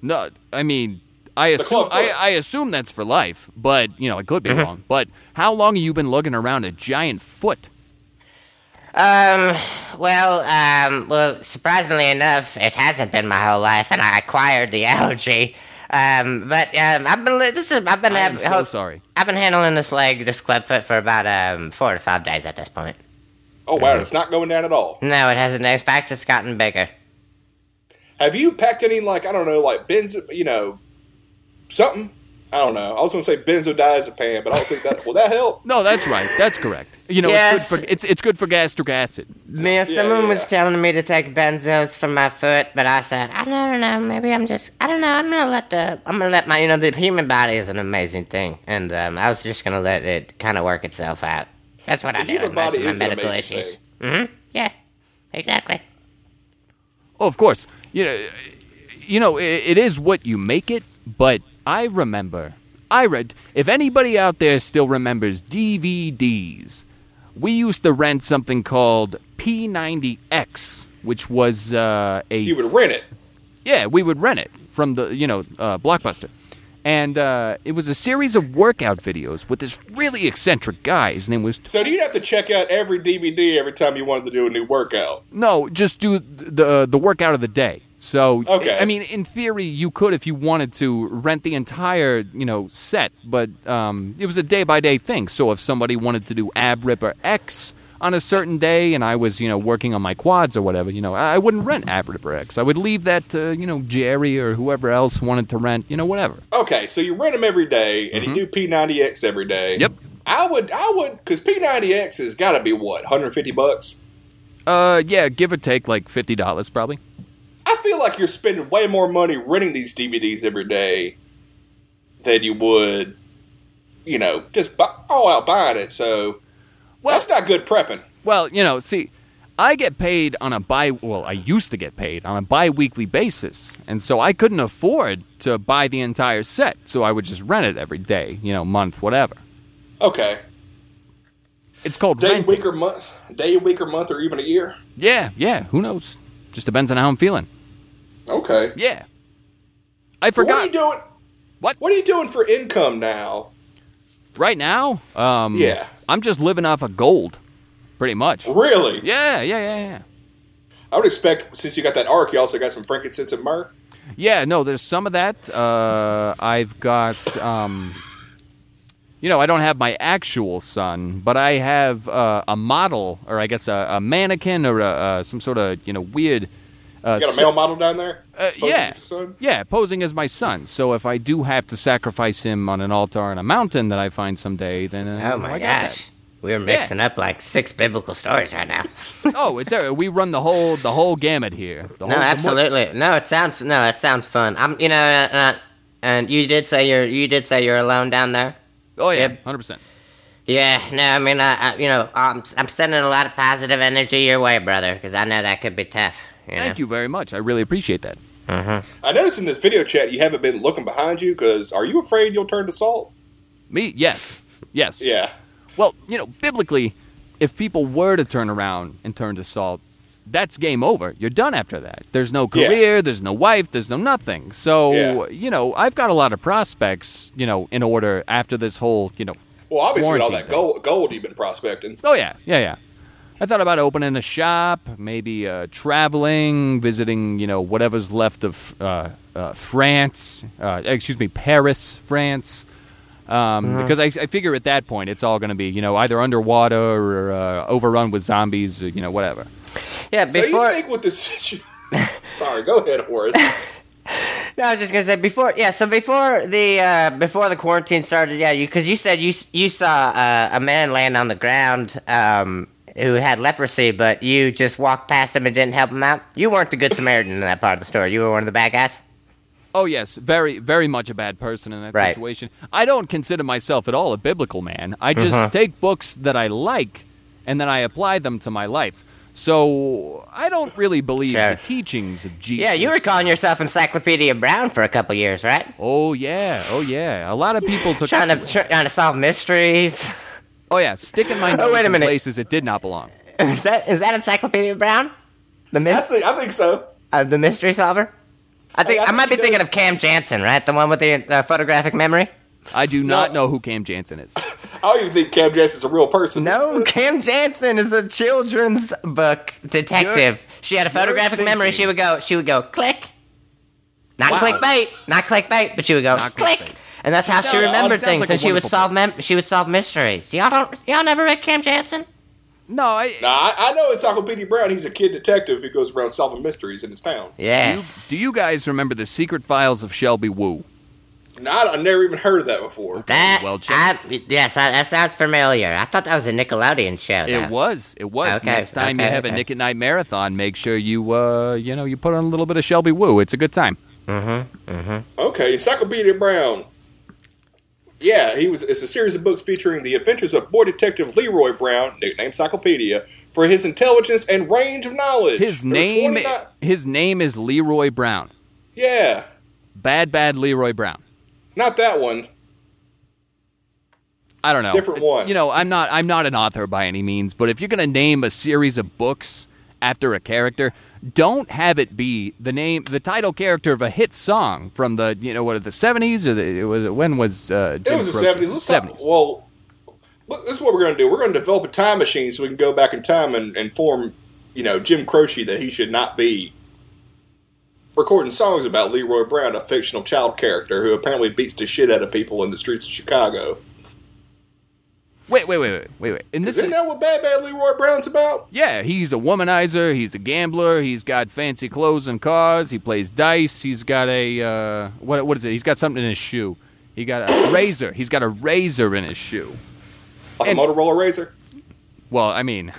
Speaker 2: No, I mean, I assume
Speaker 1: club Mm-hmm.
Speaker 2: I,
Speaker 1: foot.
Speaker 2: I assume that's for life, but you know, it could be wrong. But how long have you been lugging around a giant foot?
Speaker 3: Um, well, um, well, surprisingly enough, it hasn't been my whole life, and I acquired the allergy. Um, but um, I've been li- this is I've been
Speaker 2: I am
Speaker 3: hav-
Speaker 2: so
Speaker 3: hel-
Speaker 2: sorry.
Speaker 3: I've been handling this leg, this club foot, for about um four to five days at this point.
Speaker 1: Oh, wow, it's not going down at all.
Speaker 3: No, it hasn't. In fact, it's gotten bigger.
Speaker 1: Have you packed any, like, I don't know, like, bins, you know, something? I don't know. I was going to say benzodiazepam, but I don't think that will that help.
Speaker 2: No, that's right. That's correct. You know,
Speaker 3: Yes.
Speaker 2: it's good for it's it's good for gastric acid.
Speaker 3: Man,
Speaker 1: Yeah,
Speaker 3: someone
Speaker 1: yeah.
Speaker 3: was telling me to take benzos for my foot, but I said, I don't know. Maybe I'm just, I don't know. I'm gonna let the, I'm gonna let my, you know, the human body is an amazing thing, and um, I was just gonna let it kind of work itself out. That's what I do.
Speaker 1: human
Speaker 3: with most
Speaker 1: body
Speaker 3: of my
Speaker 1: is an
Speaker 3: medical
Speaker 1: amazing
Speaker 3: issues. Mm-hmm. Yeah. Exactly.
Speaker 2: Oh, of course. You know, you know, i it is what you make it. But I remember, I read. If anybody out there still remembers DVDs, we used to rent something called P90X, which was uh, a
Speaker 1: You would rent it.
Speaker 2: yeah, we would rent it from the you know uh, Blockbuster, and uh, it was a series of workout videos with this really eccentric guy. His name was
Speaker 1: So do you have to check out every DVD every time you wanted to do a new workout?
Speaker 2: no, just do the uh, the workout of the day. So
Speaker 1: Okay.
Speaker 2: I mean, in theory, you could if you wanted to rent the entire you know set, but um, it was a day by day thing. So if somebody wanted to do ab ripper X on a certain day, and I was you know working on my quads or whatever, you know, I I wouldn't rent ab ripper X. I would leave that to you know Jerry or whoever else wanted to rent, you know, whatever.
Speaker 1: Okay, so you rent them every day, and you do P90X every day.
Speaker 2: Mm-hmm. Yep.
Speaker 1: I would, I would, because P90X has got to be what 150 bucks.
Speaker 2: Uh, yeah, give or take like fifty dollars, probably.
Speaker 1: I feel like you're spending way more money renting these DVDs every day than you would, you know, just buy, all out buying it. So that's not good prepping.
Speaker 2: Well, you know, see, I get paid on a bi well, I used to get paid on a bi-weekly basis, and so I couldn't afford to buy the entire set, so I would just rent it every day, you know, month, whatever.
Speaker 1: Okay,
Speaker 2: It's called
Speaker 1: day,
Speaker 2: renting.
Speaker 1: week, or month, day, week, or month, or even a year.
Speaker 2: Yeah, yeah. Who knows? Just depends on how I'm feeling.
Speaker 1: Okay,
Speaker 2: Yeah.
Speaker 1: what are
Speaker 2: I
Speaker 1: you
Speaker 2: forgot
Speaker 1: doing?
Speaker 2: What?
Speaker 1: What are you doing for income now?
Speaker 2: right now. Um,
Speaker 1: Yeah.
Speaker 2: I'm just living off of gold, pretty much.
Speaker 1: Really?
Speaker 2: Yeah, yeah, yeah, yeah.
Speaker 1: I would expect since you got that arc, you also got some frankincense and myrrh.
Speaker 2: Yeah, no, there's some of that. Uh, I've got, um, you know, I don't have my actual son, but I have uh, a model, or I guess a, a mannequin, or a, uh, some sort of, you know, weird. Uh,
Speaker 1: You got a
Speaker 2: so-
Speaker 1: male model down there?
Speaker 2: uh,
Speaker 1: Supposed to
Speaker 2: yeah,
Speaker 1: be son?
Speaker 2: yeah, posing as my son. So if I do have to sacrifice him on an altar on a mountain that I find someday, then uh,
Speaker 3: Oh my
Speaker 2: I got
Speaker 3: gosh. We're mixing up like six biblical stories right now.
Speaker 2: that. Oh, it's uh, we run the whole the whole gamut here. The
Speaker 3: No,
Speaker 2: whole,
Speaker 3: absolutely. No, it sounds no, it sounds fun. I'm, you know, uh, uh, and you did say you're, you did say you're alone down there.
Speaker 2: Oh yeah,
Speaker 3: Yep.
Speaker 2: hundred percent.
Speaker 3: Yeah, no, I mean, I, I you know, I'm, I'm sending a lot of positive energy your way, brother, because I know that could be tough.
Speaker 2: Thank you very much. I really appreciate that.
Speaker 1: I noticed in this video chat you haven't been looking behind you because are you afraid you'll turn to salt?
Speaker 2: Me, yes, yes.
Speaker 1: Yeah.
Speaker 2: Well, you know, biblically, if people were to turn around and turn to salt, that's game over. You're done after that. There's no
Speaker 1: Yeah.
Speaker 2: career, there's no wife, there's no nothing. So,
Speaker 1: Yeah.
Speaker 2: you know, I've got a lot of prospects, you know, in order after this whole, you know.
Speaker 1: Well, obviously, with all
Speaker 2: Quarantine
Speaker 1: that gold, gold you've been prospecting.
Speaker 2: Oh, yeah, yeah, yeah. I thought about opening a shop, maybe uh, traveling, visiting, you know, whatever's left of uh, uh, France, uh, excuse me, Paris, France. um, because I, I figure at that point it's all going to be you know either underwater or uh, overrun with zombies or, you know whatever.
Speaker 3: Yeah,
Speaker 1: So
Speaker 3: before.
Speaker 1: you think with this situation? Sorry, go ahead, Horace.
Speaker 3: no, I was just gonna say before. Yeah, so before the uh, before the quarantine started, yeah, you because you said you s- you saw uh, a man laying on the ground um, who had leprosy, but you just walked past him and didn't help him out. You weren't the good Samaritan in that part of the story. You were one of the bad guys.
Speaker 2: Oh yes, very very much a bad person in that
Speaker 3: Right.
Speaker 2: situation. I don't consider myself at all a biblical man. I just take books that I like and then I apply them to my life. So I don't really believe
Speaker 3: Sure.
Speaker 2: the teachings of Jesus.
Speaker 3: Yeah, you were calling yourself Encyclopedia Brown for a couple years, right?
Speaker 2: Oh yeah, oh yeah. A lot of people took.
Speaker 3: Trying to tr- trying to solve mysteries.
Speaker 2: oh yeah, sticking my nose
Speaker 3: wait a
Speaker 2: in
Speaker 3: minute.
Speaker 2: places it did not belong.
Speaker 3: Is that is that Encyclopedia Brown? The
Speaker 1: I
Speaker 3: myth,
Speaker 1: think I think so.
Speaker 3: uh, the mystery solver. I think
Speaker 1: I
Speaker 3: I,
Speaker 1: think
Speaker 3: might be
Speaker 1: he
Speaker 3: thinking of Cam Jansen, right? The one with the uh, photographic memory.
Speaker 2: I do not
Speaker 1: No.
Speaker 2: know who Cam Jansen is.
Speaker 1: I don't even think Cam Jansen's a real person.
Speaker 3: No,
Speaker 1: What's this?
Speaker 3: Cam Jansen is a children's book detective. she had a photographic memory.
Speaker 2: thinking-
Speaker 3: She would go. She would go click. Not
Speaker 2: Wow.
Speaker 3: clickbait. Not clickbait. But she would go
Speaker 2: Not
Speaker 3: click.
Speaker 2: clickbait.
Speaker 3: And that's how she
Speaker 2: Sounds- oh,
Speaker 3: remembered
Speaker 2: sounds
Speaker 3: things,
Speaker 2: like a
Speaker 3: and she would
Speaker 2: wonderful
Speaker 3: solve mem- she would solve mysteries. Y'all don't y'all never read Cam Jansen?
Speaker 2: No, I,
Speaker 1: Nah, I, I know Encyclopedia Brown. He's a kid detective who goes around solving mysteries in his town.
Speaker 2: You,
Speaker 3: Yes.
Speaker 2: do you guys remember the secret files of Shelby Woo?
Speaker 1: Not, I've never even heard of that before.
Speaker 3: That
Speaker 2: Well, check.
Speaker 3: I, yes, I, that sounds familiar. I thought that was a Nickelodeon show.
Speaker 2: It
Speaker 3: though.
Speaker 2: was. It was.
Speaker 3: Okay,
Speaker 2: Next time you
Speaker 3: okay,
Speaker 2: have a
Speaker 3: okay.
Speaker 2: Nick at Night marathon, make sure you uh you know you put on a little bit of Shelby Woo. It's a good time.
Speaker 1: Okay, Encyclopedia Brown. Yeah, he was. It's a series of books featuring the adventures of boy detective Leroy Brown, nicknamed Encyclopedia, for his intelligence and range of knowledge.
Speaker 2: His
Speaker 1: There were
Speaker 2: name
Speaker 1: 29
Speaker 2: his name is Leroy Brown.
Speaker 1: Yeah,
Speaker 2: Bad bad Leroy Brown.
Speaker 1: not that one.
Speaker 2: I don't know.
Speaker 1: Different one.
Speaker 2: You know, I'm not I'm not an author by any means, but if you're going to name a series of books after a character, don't have it be the name the title character of a hit song from the you know what the 70s or the, it was when was uh
Speaker 1: It
Speaker 2: Jim
Speaker 1: was the
Speaker 2: Croce?
Speaker 1: seventies. Let's talk- well, look, this is what we're going to do. We're going to develop a time machine so we can go back in time and inform, you know, Jim Croce that he should not be recording songs about Leroy Brown, a fictional child character who apparently beats the shit out of people in the streets of Chicago.
Speaker 2: Wait, wait, wait, wait, wait, wait. And this
Speaker 1: Isn't that what Bad Bad Leroy Brown's about?
Speaker 2: Yeah, he's a womanizer. He's a gambler. He's got fancy clothes and cars. He plays dice. He's got a uh, what? What is it? He's got something in his shoe. He got a razor. He's got a razor in his shoe.
Speaker 1: Like
Speaker 2: And-
Speaker 1: a Motorola Razor?
Speaker 2: Well, I mean,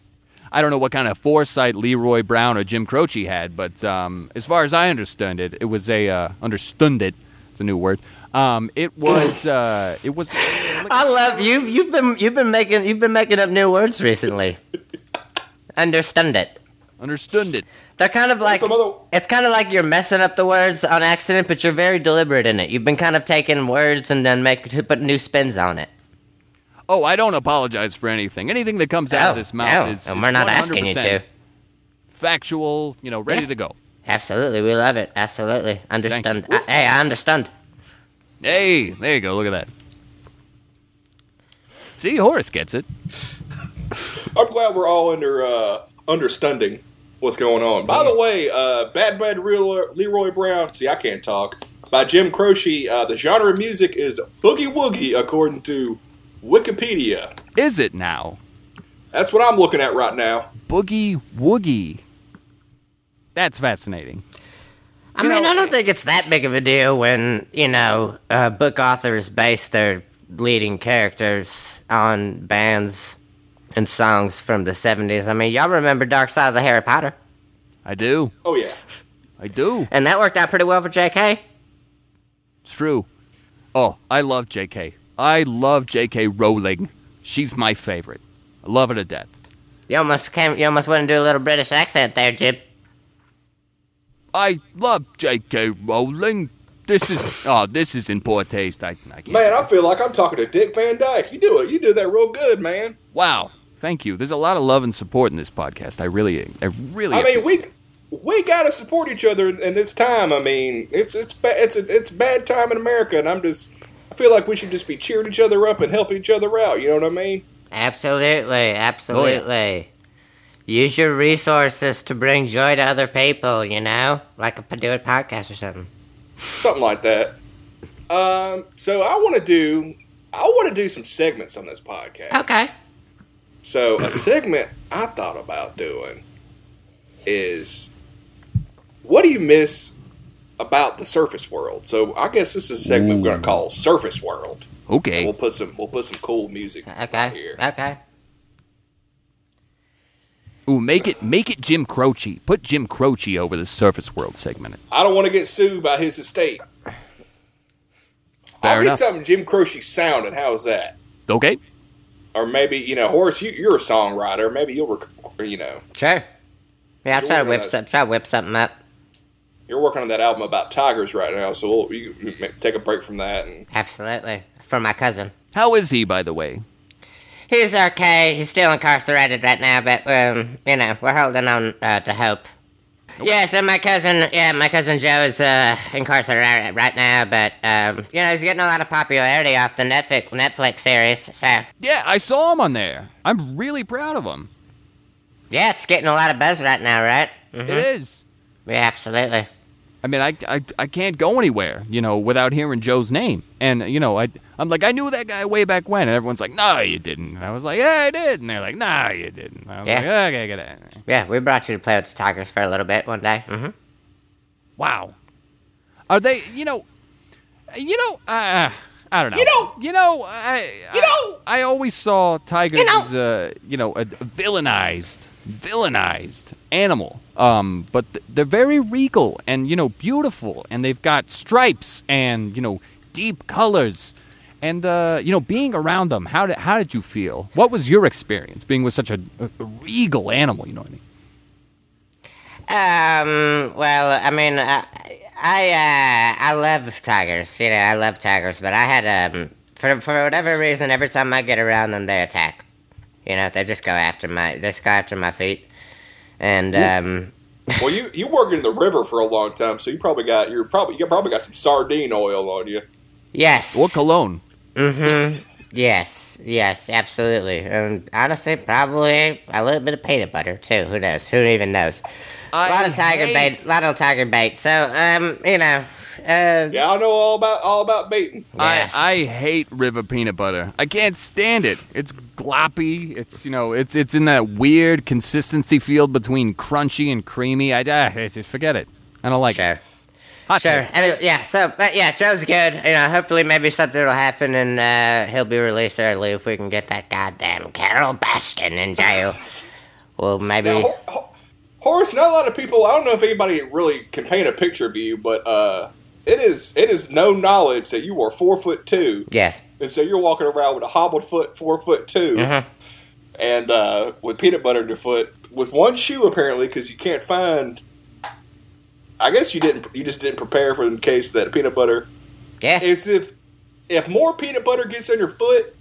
Speaker 2: I don't know what kind of foresight Leroy Brown or Jim Croce had, but um, as far as I understood it, it was a uh, understood it. It's a new word. Um, it was. Uh, it was.
Speaker 3: I love you. You've been you've been making you've been making up new words recently. Understand it.
Speaker 2: Understood it.
Speaker 3: They're kind of like
Speaker 1: some other-
Speaker 3: it's kind of like you're messing up the words on accident, but you're very deliberate in it. You've been kind of taking words and then make to put new spins on it.
Speaker 2: Oh, I don't apologize for anything. Anything that comes out
Speaker 3: Oh,
Speaker 2: of this mouth
Speaker 3: no,
Speaker 2: is,
Speaker 3: and
Speaker 2: is
Speaker 3: we're not asking you
Speaker 2: 100%
Speaker 3: to.
Speaker 2: Factual, you know, ready
Speaker 3: Yeah.
Speaker 2: to go.
Speaker 3: Absolutely, we love it. Absolutely, understand. I, hey, I understand.
Speaker 2: Hey, there you go. Look at that. See, Horace gets it.
Speaker 1: I'm glad we're all under uh, understanding what's going on. By the way, uh, Bad Bad Real- Leroy Brown. See, I can't talk. By Jim Croce. Uh, the genre of music is boogie woogie, according to Wikipedia.
Speaker 2: Is it now?
Speaker 1: That's what I'm looking at right now.
Speaker 2: Boogie Woogie. That's fascinating.
Speaker 3: I mean, I don't think it's that big of a deal when you know uh, book authors base their leading characters on bands and songs from the '70s. I mean, y'all remember Dark Side of the Harry Potter,
Speaker 2: I do.
Speaker 1: Oh yeah,
Speaker 2: I do.
Speaker 3: and that worked out pretty well for J.K.
Speaker 2: It's true. Oh, I love JK. I love JK Rowling. She's my favorite. I love her to death.
Speaker 3: You almost came. You almost wouldn't do a little British accent there, Jib.
Speaker 2: I love JK Rowling. This is oh, this is in poor taste. I, I can't.
Speaker 1: man, I feel like I'm talking to Dick Van Dyke. You do it. You do that real good, man.
Speaker 2: Wow. Thank you. There's a lot of love and support in this podcast. I really I really
Speaker 1: I mean, we we gotta support each other in this time. I mean, it's it's ba- it's a, it's bad time in America, and I'm just I feel like we should just be cheering each other up and helping each other out. You know what I mean?
Speaker 3: Absolutely, absolutely. Use your resources to bring joy to other people. You know, like a do a podcast or something.
Speaker 1: something like that. Um, so I want to do I want to do some segments on this podcast.
Speaker 3: Okay.
Speaker 1: So a segment I thought about doing is what do you miss about the surface world? So I guess this is a segment we're going to call Surface World. We'll
Speaker 2: Okay.
Speaker 1: put some we'll put some cool music
Speaker 3: Okay.
Speaker 1: here.
Speaker 3: Okay.
Speaker 2: Ooh, make it make it Jim Croce. Put Jim Croce over the surface world segment.
Speaker 1: I don't want to get sued by his estate.
Speaker 2: Fair
Speaker 1: I'll get
Speaker 2: enough.
Speaker 1: something Jim Croce sounded. How's that?
Speaker 2: Okay.
Speaker 1: Or maybe you know, Horace, you, you're a songwriter. Maybe you'll rec- you know
Speaker 3: Sure. Yeah, I'll try
Speaker 1: Sure,
Speaker 3: to whip
Speaker 1: that's-
Speaker 3: some, try to whip something up.
Speaker 1: you're working on that album about tigers right now, so we'll you, you may take a break from that. And
Speaker 3: Absolutely. For my cousin.
Speaker 2: How is he, by the way?
Speaker 3: He's okay. He's still incarcerated right now, but um, you know, we're holding on uh, to hope. Yeah, so my cousin, yeah, my cousin Joe is uh, incarcerated right now, but um, you know, he's getting a lot of popularity off the Netflix Netflix series. So
Speaker 2: Yeah, I saw him on there. I'm really proud of him.
Speaker 3: yeah, it's getting a lot of buzz right now, right?
Speaker 2: It
Speaker 3: hmm
Speaker 2: is.
Speaker 3: Yeah, absolutely.
Speaker 2: I mean, I, I I can't go anywhere, you know, without hearing Joe's name. And you know, I I'm like, I knew that guy way back when, and everyone's like, No, you didn't. And I was like, Yeah, I did. And they're like, Nah, you didn't. And I was
Speaker 3: Yeah.
Speaker 2: like, Okay, get it.
Speaker 3: Yeah, we brought you to play with the Tigers Mm-hmm. for a little bit one day. hmm
Speaker 2: Wow. Are they, you know, you know, uh, I don't know.
Speaker 1: You know-
Speaker 2: you know, I,
Speaker 1: You
Speaker 2: I-
Speaker 1: know-
Speaker 2: I, always saw tigers
Speaker 3: You know-
Speaker 2: as a, you know, a villainized, villainized animal. Um, but th- they're very regal and you know beautiful, and they've got stripes and you know deep colors. And uh, you know, being around them, how did how did you feel? What was your experience being with such a, a regal animal? You know what I mean?
Speaker 3: Um. Well, I mean, I, I, uh, I love tigers. You know, I love tigers, but I had um, for for whatever reason, every time I get around them, they attack. You know, they just go after my, they just go after my feet, and um,
Speaker 1: Well, you you work in the river for a long time, so you probably got you're probably you probably got some sardine oil on you.
Speaker 3: yes,
Speaker 2: Or cologne?
Speaker 3: yes, yes, absolutely, and honestly, probably a little bit of peanut butter too. Who knows? Who even knows? A
Speaker 2: I
Speaker 3: lot of tiger
Speaker 2: hate-
Speaker 3: bait, a lot of tiger bait. So, um, you know, uh,
Speaker 1: Yeah, I know all about all about baiting.
Speaker 3: Yes.
Speaker 2: I, I hate river peanut butter. I can't stand it. It's gloppy. It's you know, it's it's in that weird consistency field between crunchy and creamy. I, ah, it's just forget it. I don't like
Speaker 3: sure.
Speaker 2: it. Hot
Speaker 3: Sure.
Speaker 2: take.
Speaker 3: And it's, yeah. So, but yeah, Joe's good. You know, hopefully, maybe something will happen and uh, he'll be released early if we can get that goddamn Carol Baskin in jail. well, maybe.
Speaker 1: Now, Hor- Hor- Horace, not a lot of people. I don't know if anybody really can paint a picture of you, but uh, it is it is known knowledge that you are four foot two,
Speaker 3: Yes.
Speaker 1: and so you're walking around with a hobbled foot, four foot 2 and uh, with peanut butter in your foot, with one shoe apparently because you can't find. I guess you didn't. You just didn't prepare for in case that peanut butter
Speaker 3: Yeah.
Speaker 1: is if if more peanut butter gets on your foot,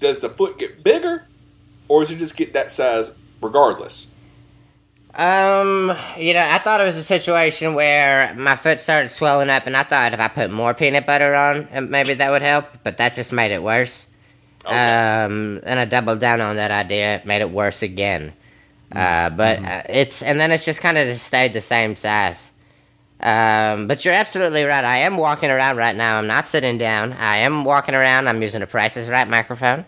Speaker 1: does the foot get bigger, or does it just get that size regardless?
Speaker 3: Um, you know, I thought it was a situation where my foot started swelling up, and I thought if I put more peanut butter on, uh, maybe that would help, but that just made it worse. Um, and I doubled down on that idea, it made it worse again. Uh, but uh, it's and then it's just kind of just stayed the same size. Um, but you're absolutely right. I am walking around right now. I'm not sitting down. I am walking around. I'm using a Price is Right microphone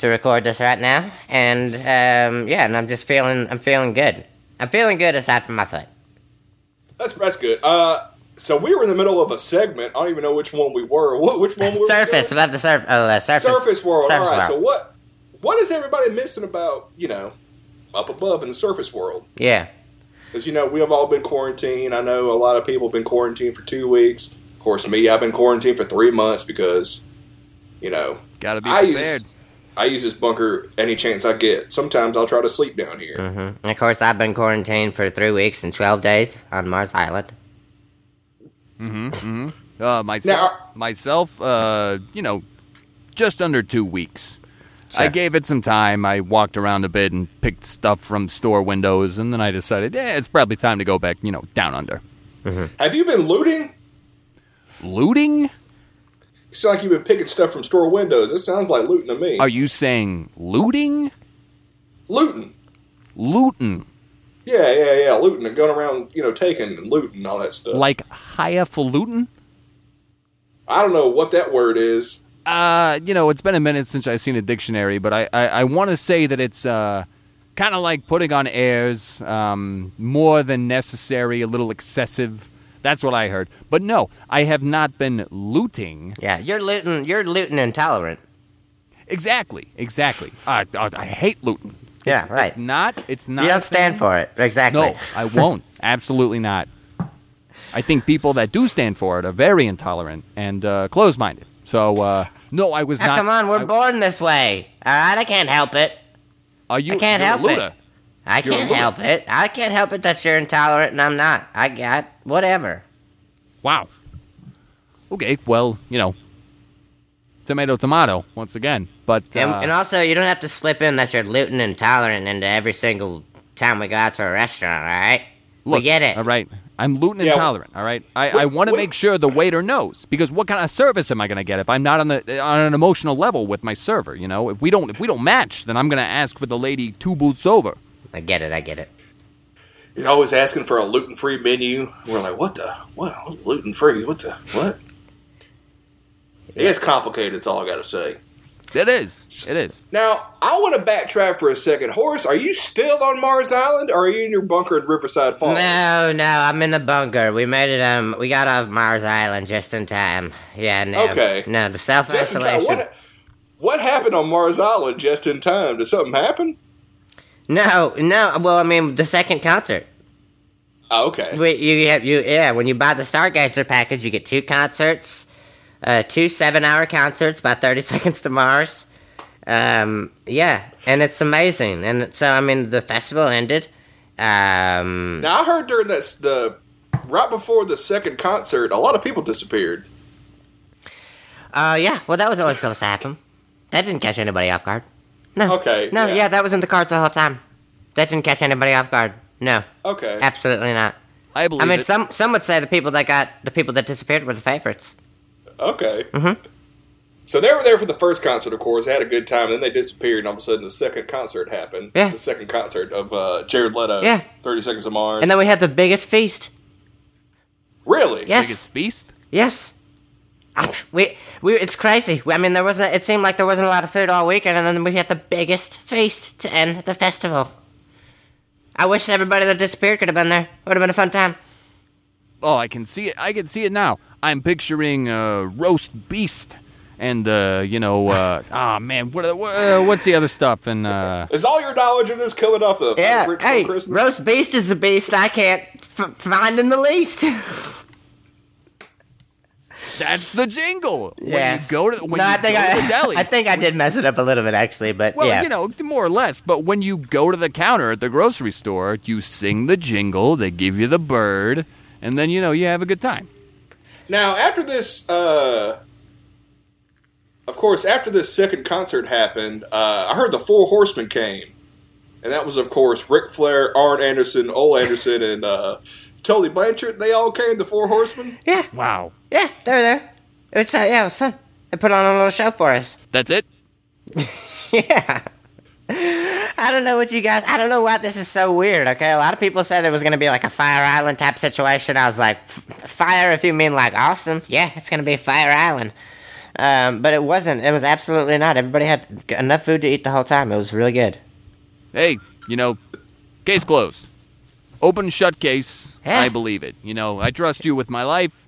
Speaker 3: to record this right now, and um, yeah, and I'm just feeling I'm feeling good. I'm feeling good aside from my foot.
Speaker 1: That's that's good. Uh, so we were in the middle of a segment. I don't even know which one we were. What which one? we
Speaker 3: surface
Speaker 1: were
Speaker 3: above the surface. Oh, uh, surface.
Speaker 1: surface world.
Speaker 3: Surface
Speaker 1: All right. So
Speaker 3: world.
Speaker 1: what what is everybody missing about you know up above in the surface world?
Speaker 3: yeah.
Speaker 1: Because you know we have all been quarantined. I know a lot of people have been quarantined for two weeks. Of course, me, I've been quarantined for three months because you know
Speaker 2: Gotta be
Speaker 1: I
Speaker 2: prepared.
Speaker 1: use I use this bunker any chance I get. Sometimes I'll try to sleep down here.
Speaker 3: Mhm. And of course, I've been quarantined for three weeks and twelve days on Mars Island.
Speaker 2: Uh, myself,
Speaker 1: Now-
Speaker 2: myself, uh, you know, just under two weeks. I gave it some time. I walked around a bit and picked stuff from store windows, and then I decided, yeah, it's probably time to go back. You know, down under.
Speaker 1: Have you been looting?
Speaker 2: Looting?
Speaker 1: You sound like you've been picking stuff from store windows. That sounds like looting to me.
Speaker 2: Are you saying looting?
Speaker 1: looting.
Speaker 2: Looting.
Speaker 1: Yeah, yeah, yeah. Looting and going around, you know, taking and looting and all that stuff.
Speaker 2: Like highfalutin?
Speaker 1: I don't know what that word is.
Speaker 2: Uh, you know, it's been a minute since I've seen a dictionary, but I, I, I want to say that it's uh, kind of like putting on airs, um, more than necessary, a little excessive. That's what I heard. But no, I have not been looting.
Speaker 3: Yeah, you're looting. You're looting intolerant.
Speaker 2: Exactly, exactly. I, I, I hate looting.
Speaker 3: Yeah,
Speaker 2: It's-
Speaker 3: right.
Speaker 2: It's not. It's not.
Speaker 3: You
Speaker 2: a
Speaker 3: don't stand
Speaker 2: thing.
Speaker 3: for it. Exactly.
Speaker 2: No, I won't. Absolutely not. I think people that do stand for it are very intolerant and uh, close-minded. So uh, no, I was
Speaker 3: Ah,
Speaker 2: not.
Speaker 3: come on, we're
Speaker 2: I-
Speaker 3: born this way. All right, I can't help it.
Speaker 2: Are you?
Speaker 3: I
Speaker 2: you're
Speaker 3: can't
Speaker 2: a
Speaker 3: help it.
Speaker 2: looter.
Speaker 3: I
Speaker 2: You're a
Speaker 3: can't
Speaker 2: looter.
Speaker 3: help it. I can't help it that you're intolerant and I'm not. I got whatever.
Speaker 2: Wow. Okay, well, you know, tomato, tomato, once again. But uh,
Speaker 3: And, and also, you don't have to slip in that you're gluten intolerant into every single time we go out to a restaurant, all right? we
Speaker 2: look,
Speaker 3: get it.
Speaker 2: All right, I'm gluten
Speaker 1: Yeah, w-
Speaker 2: intolerant. All right, I, I want to
Speaker 1: what-
Speaker 2: make sure the waiter knows because what kind of service am I going to get if I'm not on the on an emotional level with my server? You know, if we don't if we don't match, then I'm going to ask for the lady two boots over.
Speaker 3: I get it. I get it.
Speaker 1: You're always asking for a looting free menu. We're like, what the? What? Looting free? What the? What? It's complicated. That's all I got to say.
Speaker 2: It is. It is.
Speaker 1: Now, I want to backtrack for a second. Horace, are you still on Mars Island, or are you in your bunker in Riverside Falls?
Speaker 3: No, no, I'm in the bunker. We made it. Um, we got off Mars Island just in time. Yeah, no.
Speaker 1: Okay.
Speaker 3: No, the self
Speaker 1: Just in time.
Speaker 3: isolation.
Speaker 1: What, what happened on Mars Island just in time? Did something happen?
Speaker 3: No, no. Well, I mean, the second concert.
Speaker 1: Oh, okay.
Speaker 3: We, you have you yeah. When you buy the Stargazer package, you get two concerts, uh, two seven-hour concerts by Thirty Seconds to Mars. Um, yeah, and it's amazing. And so, I mean, the festival ended. Um,
Speaker 1: Now, I heard during this, the right before the second concert, a lot of people disappeared.
Speaker 3: Uh, yeah. Well, that was always supposed to happen. That didn't catch anybody off guard. No.
Speaker 1: Okay,
Speaker 3: No,
Speaker 1: yeah.
Speaker 3: yeah, that was in the cards the whole time. That didn't catch anybody off guard. No.
Speaker 1: Okay.
Speaker 3: Absolutely not.
Speaker 2: I
Speaker 3: I
Speaker 2: believe
Speaker 3: mean,
Speaker 2: it.
Speaker 3: some some would say the people that got the people that disappeared were the favorites.
Speaker 1: Okay. Mm-hmm. So they were there for the first concert, of course. They had a good time. Then they disappeared, and all of a sudden, the second concert happened.
Speaker 3: Yeah.
Speaker 1: The second concert of uh, Jared Leto.
Speaker 3: Yeah.
Speaker 1: Thirty Seconds of Mars.
Speaker 3: And then we had the biggest feast.
Speaker 1: really?
Speaker 3: Yes.
Speaker 2: biggest feast.
Speaker 3: Yes. I-
Speaker 2: Oh.
Speaker 3: We, we it's crazy. I mean, there wasn't. It seemed like there wasn't a lot of food all weekend, and then we had the biggest feast to end the festival. I wish everybody that disappeared could have been there. Would have been a fun time.
Speaker 2: Oh, I can see it. I can see it now. I'm picturing uh, roast beast and uh, you know, uh, ah man, what, what uh, what's the other stuff? And uh,
Speaker 1: Is all your knowledge of this coming off of
Speaker 3: Yeah,
Speaker 1: Rich Little
Speaker 3: hey,
Speaker 1: Christmas?
Speaker 3: roast beast is a beast I can't f- find in the least.
Speaker 2: that's the jingle. When you
Speaker 3: Yes.
Speaker 2: go to when
Speaker 3: no,
Speaker 2: you
Speaker 3: I think
Speaker 2: go
Speaker 3: I,
Speaker 2: to the deli.
Speaker 3: I think I did mess it up a little bit actually, but
Speaker 2: well,
Speaker 3: yeah.
Speaker 2: you know, more or less. But when you go to the counter at the grocery store, you sing the jingle. They give you the bird, and then you know you have a good time.
Speaker 1: Now, after this, uh, of course, after this second concert happened, uh, I heard the Four Horsemen came, and that was, of course, Ric Flair, Arn Anderson, Ole Anderson, and uh, Tully Blanchard. They all came. The Four Horsemen.
Speaker 3: yeah,
Speaker 2: Wow,
Speaker 3: yeah, they were there. It was, uh, yeah, it was fun. They put on a little show for us.
Speaker 2: that's it.
Speaker 3: Yeah. I don't know what you guys. I don't know why this is so weird. Okay, a lot of people said it was gonna be like a Fire Island type situation. I was like, "F- fire if you mean like awesome. Yeah, it's gonna be Fire Island. Um, but it wasn't. It was absolutely not. Everybody had enough food to eat the whole time. It was really good.
Speaker 2: hey, you know, case closed. Open shut case.
Speaker 3: Yeah.
Speaker 2: I believe it. You know, I trust you with my life.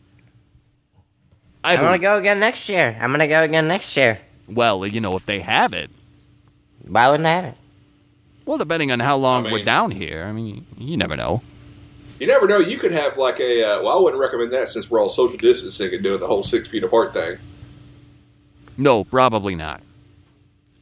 Speaker 2: I
Speaker 3: I'm gonna
Speaker 2: believe.
Speaker 3: go again next year. I'm gonna go again next year.
Speaker 2: Well, you know, if they have it.
Speaker 3: Why wouldn't I have it?
Speaker 2: Well, depending on how long
Speaker 1: I
Speaker 2: we're
Speaker 1: mean-
Speaker 2: down here, I mean, you never know.
Speaker 1: You never know. You could have like a. Uh, well, I wouldn't recommend that since we're all social distancing and doing the whole six feet apart thing.
Speaker 2: No, probably not.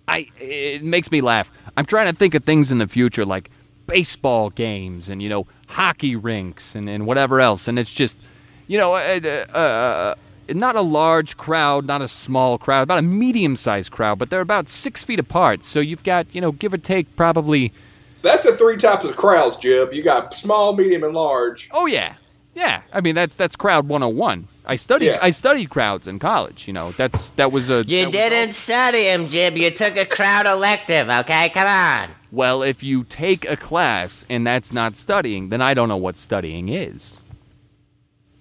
Speaker 2: I it makes me laugh. I'm trying to think of things in the future like baseball games and you know hockey rinks and, and whatever else and it's just you know uh, uh, uh, not a large crowd, not a small crowd, about a medium-sized crowd, but they're about six feet apart. So you've got you know give or take probably
Speaker 1: That's the three types of crowds, Jib. You got small, medium, and large.
Speaker 2: oh yeah yeah. I mean that's that's crowd 101. I studied
Speaker 1: Yeah.
Speaker 2: I studied crowds in college. You know that's that was a
Speaker 3: You
Speaker 2: that was
Speaker 3: didn't study him, Jib. You took a crowd elective. Okay, come on.
Speaker 2: Well, if you take a class and that's not studying, then I don't know what studying is.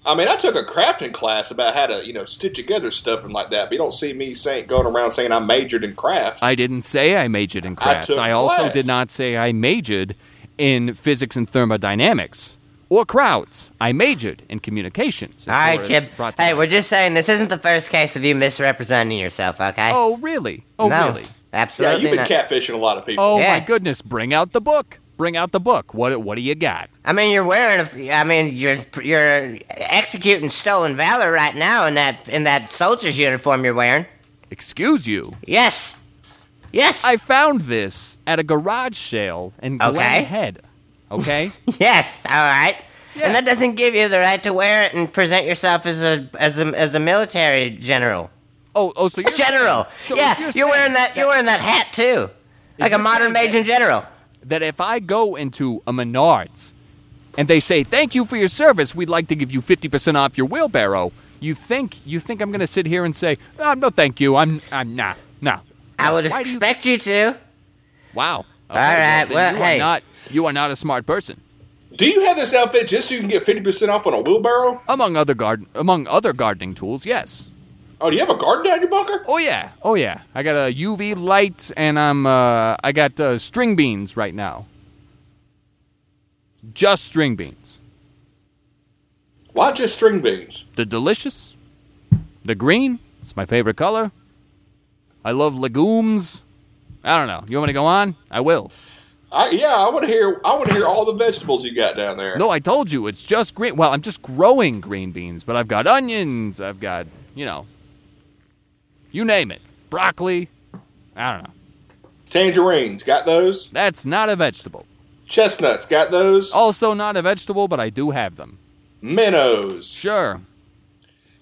Speaker 1: I mean, I took a crafting class about how to, you know, stitch together stuff and like that. But you don't see me saying going around saying I majored in crafts.
Speaker 2: I didn't say I majored in crafts.
Speaker 1: took
Speaker 2: I, also
Speaker 1: class.
Speaker 2: did not say I majored in physics and thermodynamics or crowds. I majored in communications. as
Speaker 3: All right,
Speaker 2: far as
Speaker 3: Jib.
Speaker 2: brought to
Speaker 3: Hey,
Speaker 2: light.
Speaker 3: we're just saying this isn't the first case of you misrepresenting yourself. Okay?
Speaker 2: Oh, really? Oh,
Speaker 3: no,
Speaker 2: really?
Speaker 1: yeah,
Speaker 3: absolutely
Speaker 1: you've been
Speaker 3: not.
Speaker 1: catfishing a lot of people.
Speaker 2: Oh
Speaker 3: Yeah.
Speaker 2: my goodness! Bring out the book. Bring out the book. What? What do you got?
Speaker 3: I mean, you're wearing. A, f- I mean, you're you're executing stolen valor right now in that in that soldier's uniform you're wearing.
Speaker 2: Excuse you.
Speaker 3: Yes. Yes.
Speaker 2: I found this at a garage sale in Glen
Speaker 3: Okay.
Speaker 2: Head. Okay.
Speaker 3: Yes, all right.
Speaker 2: Yeah.
Speaker 3: And that doesn't give you the right to wear it and present yourself as a as a as a military general.
Speaker 2: oh, oh. So you're
Speaker 3: General.
Speaker 2: so
Speaker 3: yeah,
Speaker 2: you're
Speaker 3: you're,
Speaker 2: saying
Speaker 3: wearing that, you're wearing that hat too. Like a
Speaker 2: you're
Speaker 3: modern
Speaker 2: saying
Speaker 3: major general.
Speaker 2: that if I go into a Menards and they say, "Thank you for your service. We'd like to give you 50% off your wheelbarrow." You think you think I'm going to sit here and say, oh, "No, thank you. I'm I'm nah, nah."
Speaker 3: I would
Speaker 2: Why do you-
Speaker 3: expect you to.
Speaker 2: Wow. Okay,
Speaker 3: right,
Speaker 2: then
Speaker 3: well,
Speaker 2: you
Speaker 3: hey.
Speaker 2: are not you are not a smart person.
Speaker 1: Do you have this outfit just so you can get fifty percent off on a wheelbarrow?
Speaker 2: Among other garden among other gardening tools, yes.
Speaker 1: Oh, do you have a garden down in your bunker?
Speaker 2: Oh yeah, oh yeah. I got a UV light, and I'm uh, I got uh, string beans right now. Just string beans.
Speaker 1: Why just string beans?
Speaker 2: The delicious, the green. It's my favorite color. I love legumes. I don't know. You want me to go on? I will.
Speaker 1: I, yeah, I want to hear. I want to hear all the vegetables you got down there.
Speaker 2: No, I told you it's just green. Well, I'm just growing green beans, but I've got onions. I've got you know, you name it, broccoli. I don't know.
Speaker 1: Tangerines, got those.
Speaker 2: That's not a vegetable.
Speaker 1: Chestnuts, got those.
Speaker 2: Also not a vegetable, but I do have them.
Speaker 1: Minnows.
Speaker 2: Sure.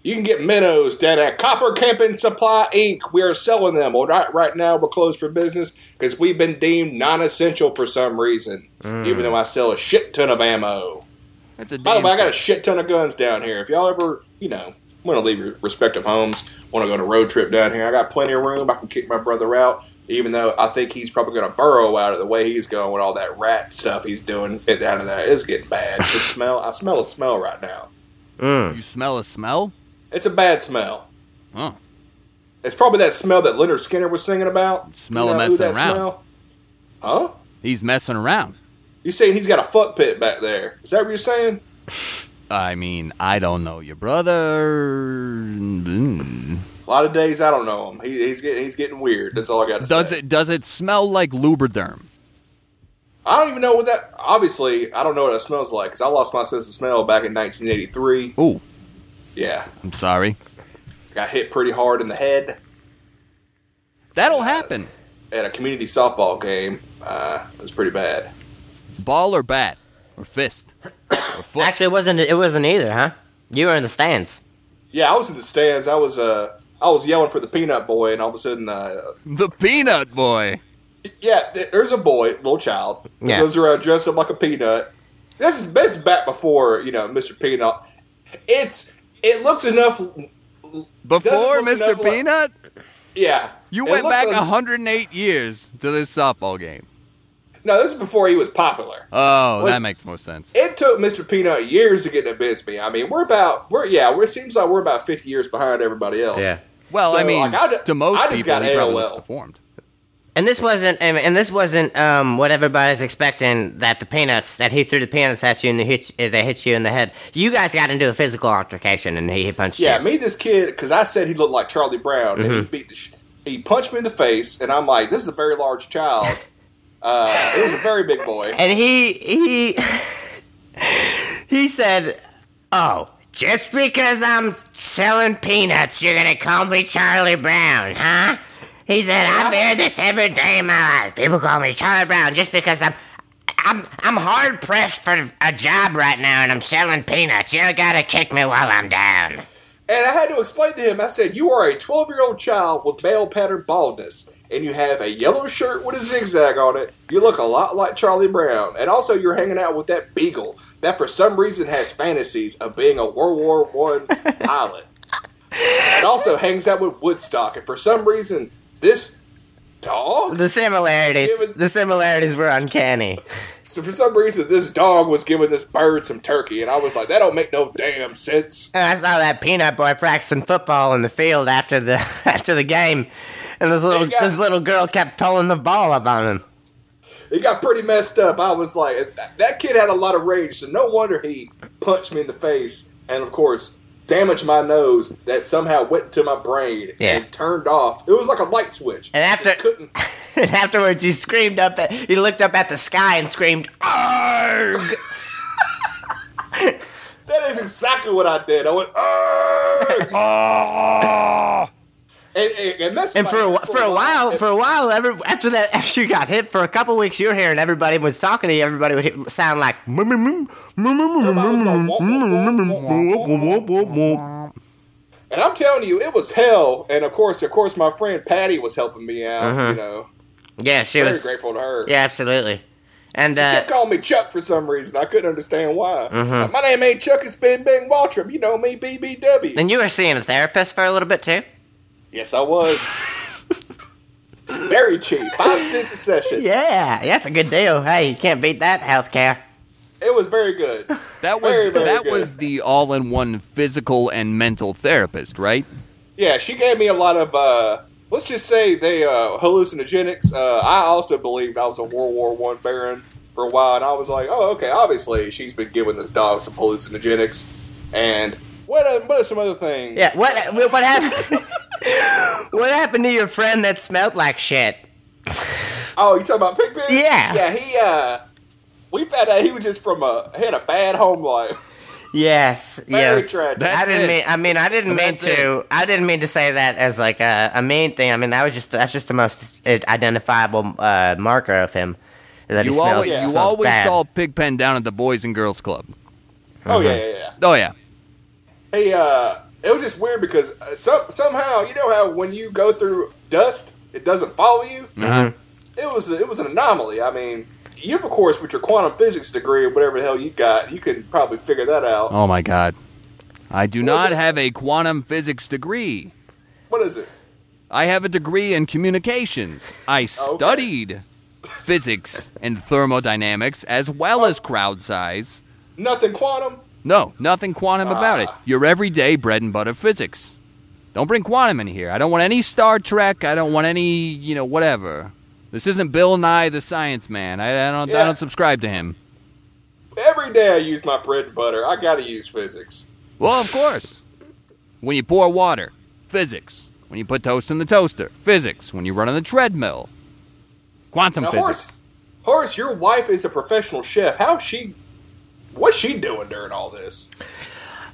Speaker 1: You can get minnows down at Copper Camping Supply Inc. We are selling them. Well, right, right now we're closed for business because we've been deemed non-essential for some reason. Even though I sell a shit ton of ammo.
Speaker 2: That's a
Speaker 1: By the
Speaker 2: damn
Speaker 1: way, I got a
Speaker 2: shame.
Speaker 1: shit ton of guns down here. If y'all ever, you know, want to leave your respective homes, want to go on a road trip down here, I got plenty of room. I can kick my brother out, even though I think he's probably going to burrow out of the way he's going with all that rat stuff he's doing it down in there. It's getting bad. It smell. I smell a smell right now.
Speaker 2: You smell a smell?
Speaker 1: It's a bad smell.
Speaker 2: Huh.
Speaker 1: It's probably that smell that Leonard Skinner was singing about.
Speaker 2: Smell
Speaker 1: You
Speaker 2: him
Speaker 1: know who
Speaker 2: messing
Speaker 1: that
Speaker 2: around.
Speaker 1: smell? Huh?
Speaker 2: He's messing around.
Speaker 1: You saying he's got a fuck pit back there? Is that what you're saying?
Speaker 2: I mean, I don't know your brother. Mm.
Speaker 1: A lot of days I don't know him. He, he's getting he's getting weird. That's all I got to say.
Speaker 2: Does it does it smell like Lubriderm?
Speaker 1: I don't even know what that. Obviously, I don't know what that smells like because I lost my sense of smell back in 1983.
Speaker 2: Oh,
Speaker 1: Yeah,
Speaker 2: I'm sorry.
Speaker 1: got hit pretty hard in the head
Speaker 2: That'll happen.
Speaker 1: at a community softball game. Uh, it was pretty bad.
Speaker 2: Ball or bat or fist or foot.
Speaker 3: Actually, it wasn't. It wasn't either, huh? You were in the stands.
Speaker 1: Yeah, I was in the stands. I was uh, I was yelling for the peanut boy, and all of a sudden, uh,
Speaker 2: the peanut boy.
Speaker 1: yeah, th- there's a boy, little child, that
Speaker 3: Yeah.
Speaker 1: goes around dressed up like a peanut. This is this is back before you know Mr. Peanut. It's it looks enough.
Speaker 2: Before
Speaker 1: Doesn't look
Speaker 2: Mr.
Speaker 1: enough like-
Speaker 2: Peanut,
Speaker 1: Yeah,
Speaker 2: you
Speaker 1: It
Speaker 2: went
Speaker 1: looks
Speaker 2: back
Speaker 1: en-
Speaker 2: 108 years to this softball game.
Speaker 1: No, this is before he was popular.
Speaker 2: Oh,
Speaker 1: Was-
Speaker 2: that makes more sense.
Speaker 1: it took Mr. Peanut years to get to Bisbee. I mean, we're about we're yeah, we're, it seems like we're about fifty years behind everybody else.
Speaker 3: Yeah.
Speaker 2: Well,
Speaker 1: So,
Speaker 2: I mean,
Speaker 1: like, I ju-
Speaker 2: to most
Speaker 1: I just
Speaker 2: people,
Speaker 1: got
Speaker 2: he probably looks
Speaker 1: AOL.
Speaker 2: deformed.
Speaker 3: And this wasn't. And and this wasn't um, what everybody's expecting. That the peanuts that he threw the peanuts at you and they hit you, they hit you in the head. You guys got into a physical altercation and he punched
Speaker 1: Yeah,
Speaker 3: you.
Speaker 1: me and this kid because I said he looked like Charlie Brown and
Speaker 2: Mm-hmm.
Speaker 1: he beat the sh- he punched me in the face and I'm like, this is a very large child. uh, it was a very big boy.
Speaker 3: And he he he said, "Oh, just because I'm selling peanuts, you're gonna call me Charlie Brown, huh?" He said, "I've heard this every day in my life. People call me Charlie Brown just because I'm." I'm I'm hard pressed for a job right now, and I'm selling peanuts. You gotta kick me while I'm down.
Speaker 1: And I had to explain to him. I said, you are a twelve year old child with male pattern baldness. And you have a yellow shirt with a zigzag on it. You look a lot like Charlie Brown, and also you're hanging out with that beagle that, for some reason, has fantasies of being a World War One pilot. and also hangs out with Woodstock. And for some reason, this dog.
Speaker 3: The similarities,
Speaker 1: Given-
Speaker 3: the similarities were uncanny.
Speaker 1: So for some reason, this dog was giving this bird some turkey, and I was like, "That don't make no damn sense."
Speaker 3: And I saw that peanut boy practicing football in the field after the after the game, and this little
Speaker 1: Hey, guys.
Speaker 3: this little girl kept pulling the ball up on him.
Speaker 1: It got pretty messed up. I was like, "That- "That kid had a lot of rage, so no wonder he punched me in the face, and of course." Damaged my nose that somehow went into my brain
Speaker 3: Yeah.
Speaker 1: and turned off. It was like a light switch.
Speaker 3: And after-
Speaker 1: It couldn't,
Speaker 3: And afterwards, he screamed up. At, he looked up at the sky and screamed, "Arg!"
Speaker 1: That is exactly what I did. I went, "Argh!" and, and, and that's
Speaker 3: And
Speaker 1: my-
Speaker 3: for a, wh- for a while, for a while, every, after that, after you got hit, for a couple weeks, you were here, and everybody was talking to you. Everybody would hear- sound like, "Mm, mm, mm, mm, mm,
Speaker 1: Everybody was going,
Speaker 3: mm, mm,
Speaker 1: "Womp,
Speaker 3: mm,
Speaker 1: womp,
Speaker 3: mm,
Speaker 1: womp, womp,
Speaker 3: mm,
Speaker 1: womp, womp."
Speaker 3: mm, mm, mm."
Speaker 1: And I'm telling you, it was hell. And of course, of course, my friend Patty was helping me out. You know,
Speaker 3: Yeah, she
Speaker 1: very
Speaker 3: Uh-huh. was.
Speaker 1: grateful to her.
Speaker 3: Yeah, absolutely. And uh,
Speaker 1: They called me Chuck for some reason. I couldn't understand why.
Speaker 3: Mm-hmm.
Speaker 1: Like, my name ain't Chuck. It's Big Bang Waltrip. You know me, BBW.
Speaker 3: and you were seeing a therapist for a little bit too.
Speaker 1: yes, I was. very cheap, five cents a session.
Speaker 3: Yeah, that's a good deal. Hey, you can't beat that healthcare.
Speaker 1: It was very good.
Speaker 2: That was
Speaker 1: Very, very
Speaker 2: that
Speaker 1: good.
Speaker 2: was the all-in-one physical and mental therapist, right?
Speaker 1: Yeah, she gave me a lot of. Uh, let's just say they uh, hallucinogenics. Uh, I also believed I was a World War One Baron for a while, and I was like, oh, okay, obviously she's been giving this dog some hallucinogenics, and what are, what are some other things?
Speaker 3: Yeah, what what happened? what happened to your friend that smelled like shit?
Speaker 1: Oh, you talking about Pigpen?
Speaker 3: Yeah.
Speaker 1: yeah. He uh, we found out he was just from a he had a bad home life.
Speaker 3: Yes,
Speaker 1: Very
Speaker 3: yes.
Speaker 1: tragic.
Speaker 3: I
Speaker 2: That's
Speaker 3: didn't
Speaker 2: it.
Speaker 3: mean. I mean, I didn't mean
Speaker 2: That's it.
Speaker 3: to. I didn't mean to say that as like a, a mean thing. I mean, that was just that's just the most uh, identifiable uh, marker of him. is That he
Speaker 2: You
Speaker 3: smells,
Speaker 2: always,
Speaker 1: yeah.
Speaker 2: you
Speaker 3: smells
Speaker 2: always
Speaker 3: bad.
Speaker 2: saw Pigpen down at the Boys and Girls Club.
Speaker 1: Oh yeah, yeah, yeah.
Speaker 2: Oh yeah,
Speaker 1: Hey, uh, it was just weird because uh, some, somehow you know how when you go through dust, it doesn't follow you.
Speaker 2: Uh-huh.
Speaker 1: It was it was an anomaly. I mean, you've of course with your quantum physics degree or whatever the hell you got, you can probably figure that out.
Speaker 2: Oh my god. I do not
Speaker 1: it?
Speaker 2: have a quantum physics degree.
Speaker 1: What is it?
Speaker 2: I have a degree in communications. I studied physics and thermodynamics as well as crowd size.
Speaker 1: Nothing quantum.
Speaker 2: No, nothing quantum about it.
Speaker 1: Ah.
Speaker 2: Your everyday bread and butter physics. Don't bring quantum in here. I don't want any Star Trek. I don't want any, you know, whatever. This isn't Bill Nye the Science Man. I, I don't. I
Speaker 1: Yeah.
Speaker 2: don't subscribe to him.
Speaker 1: Every day I use my bread and butter. I gotta use physics.
Speaker 2: Well, of course. When you pour water, physics. When you put toast in the toaster, physics. When you run on the treadmill, quantum
Speaker 1: Now,
Speaker 2: physics.
Speaker 1: Horace, Horace, your wife is a professional chef. How's she? What's she doing during all this?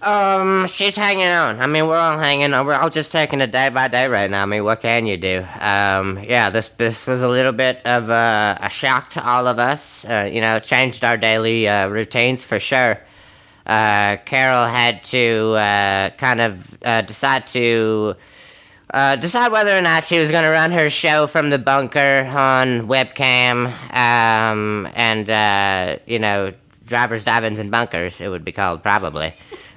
Speaker 3: Um, she's hanging on. I mean, we're all hanging on. We're all just taking it day by day right now. I mean, what can you do? Um, yeah, this this was a little bit of uh, a shock to all of us. Uh, you know, changed our daily uh, routines for sure. Uh, Carol had to uh, kind of uh, decide to uh, decide whether or not she was going to run her show from the bunker on webcam um, and, uh, you know, drivers, dive-ins, and bunkers, it would be called probably.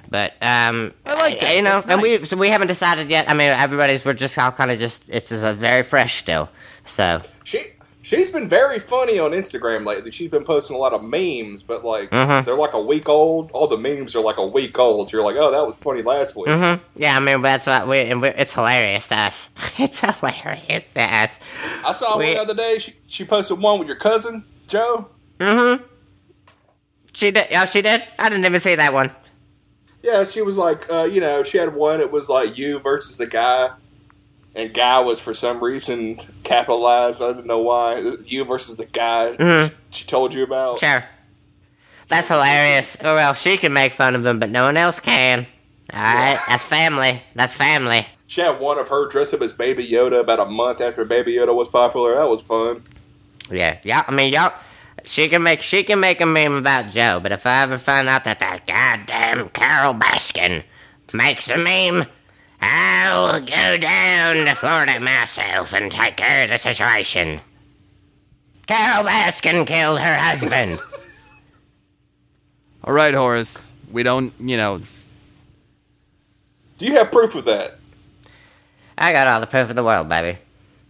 Speaker 3: But, um,
Speaker 2: I like that.
Speaker 3: you know,
Speaker 2: That's
Speaker 3: and we,
Speaker 2: nice.
Speaker 3: so we haven't decided yet. I mean, everybody's, we're just all kind of just, it's just a very fresh still. So,
Speaker 1: She she's been very funny on Instagram lately. She's been posting a lot of memes, but like they're like a week old. All the memes are like a week old. So you're like, oh, that was funny last week.
Speaker 3: yeah, I mean, that's what we, and we it's hilarious to us. it's hilarious to us.
Speaker 1: I saw one
Speaker 3: Wait.
Speaker 1: the other day. She she posted one with your cousin Joe.
Speaker 3: She did, oh, she did? I didn't even see that one.
Speaker 1: Yeah, she was like, uh, you know, she had one. It was like you versus the guy, and guy was for some reason capitalized. I didn't know why. You versus the guy. She told you about.
Speaker 3: Sure. That's hilarious. Or else she can make fun of them, but no one else can. Alright, that's family. That's family.
Speaker 1: She had one of her dressed up as Baby Yoda about a month after Baby Yoda was popular. That was fun.
Speaker 3: Yeah, yeah. I mean, y'all. She can make she can make a meme about Joe, but if I ever find out that that goddamn Carol Baskin makes a meme, I'll go down to Florida myself and take care of the situation. Carol Baskin killed her husband.
Speaker 2: All right, Horace. We don't, you know.
Speaker 1: Do you have proof of that?
Speaker 3: I got all the proof in the world, baby.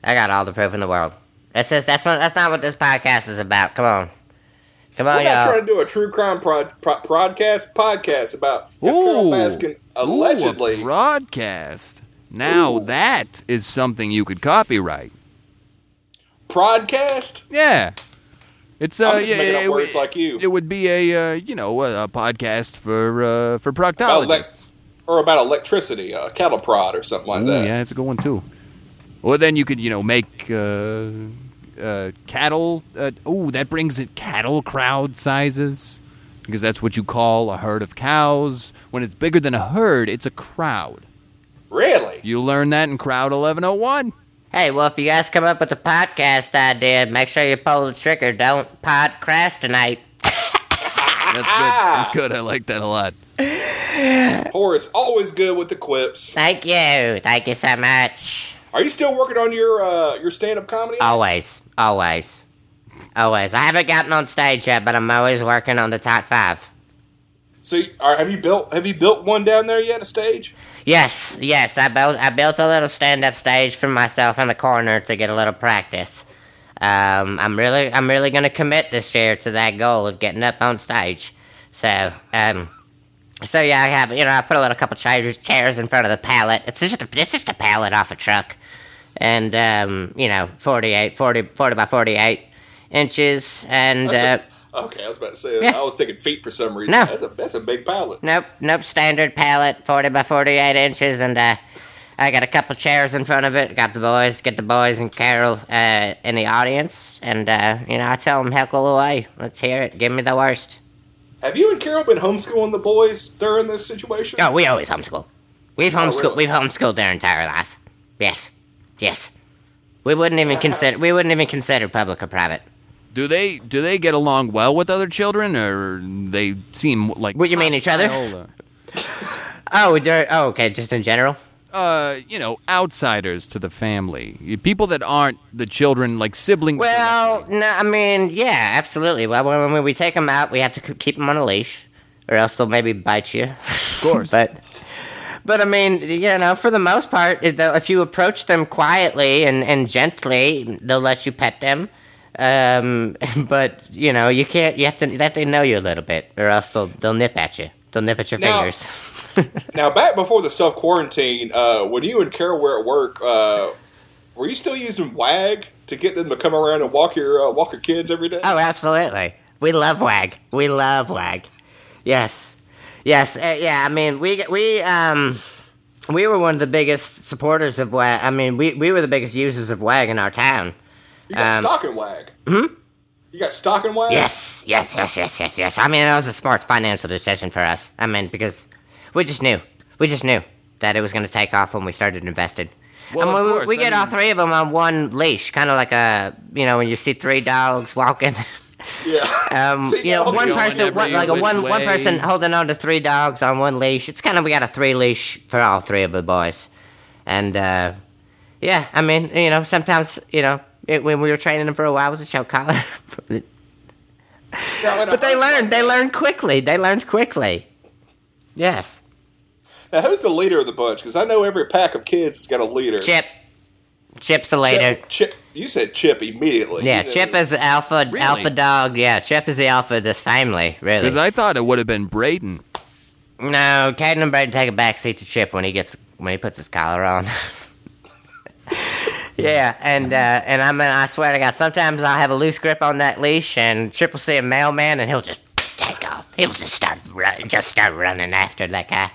Speaker 3: I got all the proof in the world. That's just that's what, that's not what this podcast is about. Come on, come on,
Speaker 1: We're not
Speaker 3: y'all.
Speaker 1: trying to do a true crime prod, pro, podcast podcast about if Carol Baskin allegedly.
Speaker 2: Ooh, a broadcast. Now that is something you could copyright.
Speaker 1: Broadcast?
Speaker 2: Yeah. It's uh,
Speaker 1: I'm just
Speaker 2: yeah,
Speaker 1: making up
Speaker 2: it,
Speaker 1: words
Speaker 2: it-
Speaker 1: like you.
Speaker 2: It would be a uh, you know a, a podcast for uh, for proctologists.
Speaker 1: About elec- or about electricity, uh, cattle prod or something like
Speaker 2: Ooh,
Speaker 1: that.
Speaker 2: yeah, it's a good one too. Well, then you could you know make uh, uh, cattle. Uh, oh, that brings it cattle crowd sizes because that's what you call a herd of cows. When it's bigger than a herd, it's a crowd.
Speaker 1: Really?
Speaker 2: You learn that in Crowd 1101.
Speaker 3: Hey, well, if you guys come up with a podcast idea, make sure you pull the trigger. Don't podcrastinate.
Speaker 2: That's good. That's good. I like that a lot.
Speaker 1: Horace, always good with the quips.
Speaker 3: Thank you, thank you so much.
Speaker 1: Are you still working on your uh, your stand up comedy?
Speaker 3: Always, always, always. I haven't gotten on stage yet, but I'm always working on the top five.
Speaker 1: so, you- are, have you built have you built one down there yet? A stage?
Speaker 3: Yes, yes, I built I built a little stand up stage for myself in the corner to get a little practice. Um, I'm really I'm really gonna commit this year to that goal of getting up on stage. So um, So yeah, I have you know I put a little couple chairs chairs in front of the pallet. It's just a, it's just a pallet off a truck, and um, you know 48, 40, 40 by forty eight inches, and uh,
Speaker 1: That's a- okay, I was about to say.
Speaker 3: yeah.
Speaker 1: I was thinking feet for some reason.
Speaker 3: No.
Speaker 1: That's a that's a big pallet.
Speaker 3: nope nope standard pallet forty by forty eight inches, and uh, I got a couple chairs in front of it. Got the boys, get the boys and Carol uh, in the audience, and uh, you know I tell them heckle away. Let's hear it. Give me the worst.
Speaker 1: Have you and Carol been homeschooling the boys during this situation?
Speaker 3: Oh, we always homeschool. We've homeschooled.
Speaker 1: really?
Speaker 3: We've homeschooled their entire life. Yes, yes. We wouldn't even consider. We wouldn't even consider public or private.
Speaker 2: Do they do they get along well with other children, or they seem like
Speaker 3: What, you mean each other?
Speaker 2: hostile,
Speaker 3: Oh, they're- oh, okay. Just in general.
Speaker 2: uh, Uh, you know, outsiders to the family, people that aren't the children, like siblings.
Speaker 3: Well, no. I mean, yeah, absolutely. Well, when, when we take them out, we have to k- keep them on a leash, or else they'll maybe bite you. Of
Speaker 2: course.
Speaker 3: but. But I mean, you know, for the most part, if they'll- if you approach them quietly and, and gently, they'll let you pet them. Um, but you know, you can't. You have to let they know you a little bit, or else they'll they'll nip at you. They'll nip at your
Speaker 1: Now-
Speaker 3: fingers.
Speaker 1: Now, back before the self quarantine, uh, when you and Carol were at work, uh, were you still using Wag to get them to come around and walk your uh, walk your kids every day?
Speaker 3: Oh, absolutely. We love Wag. We love Wag. Yes. Yes. Uh, yeah. I mean, we we um we were one of the biggest supporters of Wag. I mean, we we were the biggest users of Wag in our town.
Speaker 1: you got
Speaker 3: um,
Speaker 1: stock and Wag. Hmm. You got stock and Wag.
Speaker 3: Yes. Yes. Yes. Yes. Yes. Yes. I mean, that was a smart financial decision for us. I mean, because we just knew we just knew that it was going to take off when we started investing.
Speaker 2: Well,
Speaker 3: And
Speaker 2: of
Speaker 3: we-
Speaker 2: course,
Speaker 3: we
Speaker 2: I
Speaker 3: get all
Speaker 2: mean-
Speaker 3: three of them on one leash, kind of like a you know when you see three dogs walking.
Speaker 1: Yeah.
Speaker 3: Um,
Speaker 1: See,
Speaker 3: you know,
Speaker 1: y'all
Speaker 3: one
Speaker 1: going
Speaker 3: person,
Speaker 2: every
Speaker 3: one, like a
Speaker 2: which
Speaker 3: one one
Speaker 2: way.
Speaker 3: person holding on to three dogs on one leash. It's kind of we got a three leash for all three of the boys, and uh, yeah, I mean, you know, sometimes you know it, when we were training them for a while, it was a show collar,
Speaker 1: Now, in a
Speaker 3: but they
Speaker 1: herd like
Speaker 3: learned. They
Speaker 1: that-
Speaker 3: learned quickly. They learned quickly. Yes,
Speaker 1: Now, who's the leader of the bunch? Because I know every pack of kids has got a leader.
Speaker 3: Chip. Chip's the leader.
Speaker 1: Chip. Chip- You said Chip immediately.
Speaker 3: Yeah,
Speaker 1: You know-
Speaker 3: Chip is the alpha
Speaker 2: Really?
Speaker 3: alpha dog. Yeah, Chip is the alpha of this family. Really.
Speaker 2: because I thought it would have been Braden.
Speaker 3: No, Caden and Braden take a backseat to Chip when he gets when he puts his collar on. yeah, and uh, and I mean, I swear to God, sometimes I'll have a loose grip on that leash, and Chip will see a mailman, and he'll just take off. He'll just start run, just start running after that guy.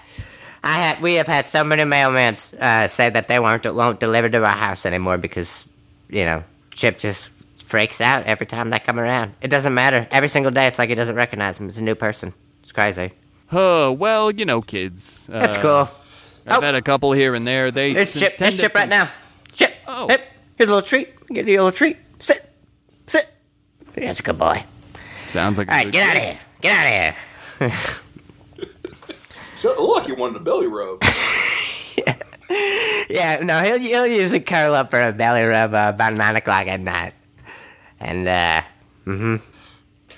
Speaker 3: I had we have had so many mailmen uh, say that they won't won't deliver to our house anymore because you know Chip just freaks out every time they come around. It doesn't matter. Every single day, it's like he doesn't recognize him. It's a new person. It's crazy.
Speaker 2: Oh, well, you know, kids. Uh,
Speaker 3: That's cool.
Speaker 2: I've
Speaker 3: Oh.
Speaker 2: had a couple here and there. They
Speaker 3: There's
Speaker 2: t-
Speaker 3: Chip.
Speaker 2: tend
Speaker 3: There's
Speaker 2: to
Speaker 3: Chip right
Speaker 2: be-
Speaker 3: now. Chip.
Speaker 2: Oh.
Speaker 3: Yep. Here's a little treat. Get you a little treat. Sit. Sit. That's a good boy.
Speaker 2: Sounds like.
Speaker 3: All right, get out of here. Get out of here.
Speaker 1: So, it looked like you wanted a belly rub.
Speaker 3: Yeah, no, he'll, he'll usually curl up for a belly rub uh, about 9 o'clock at night. And, uh,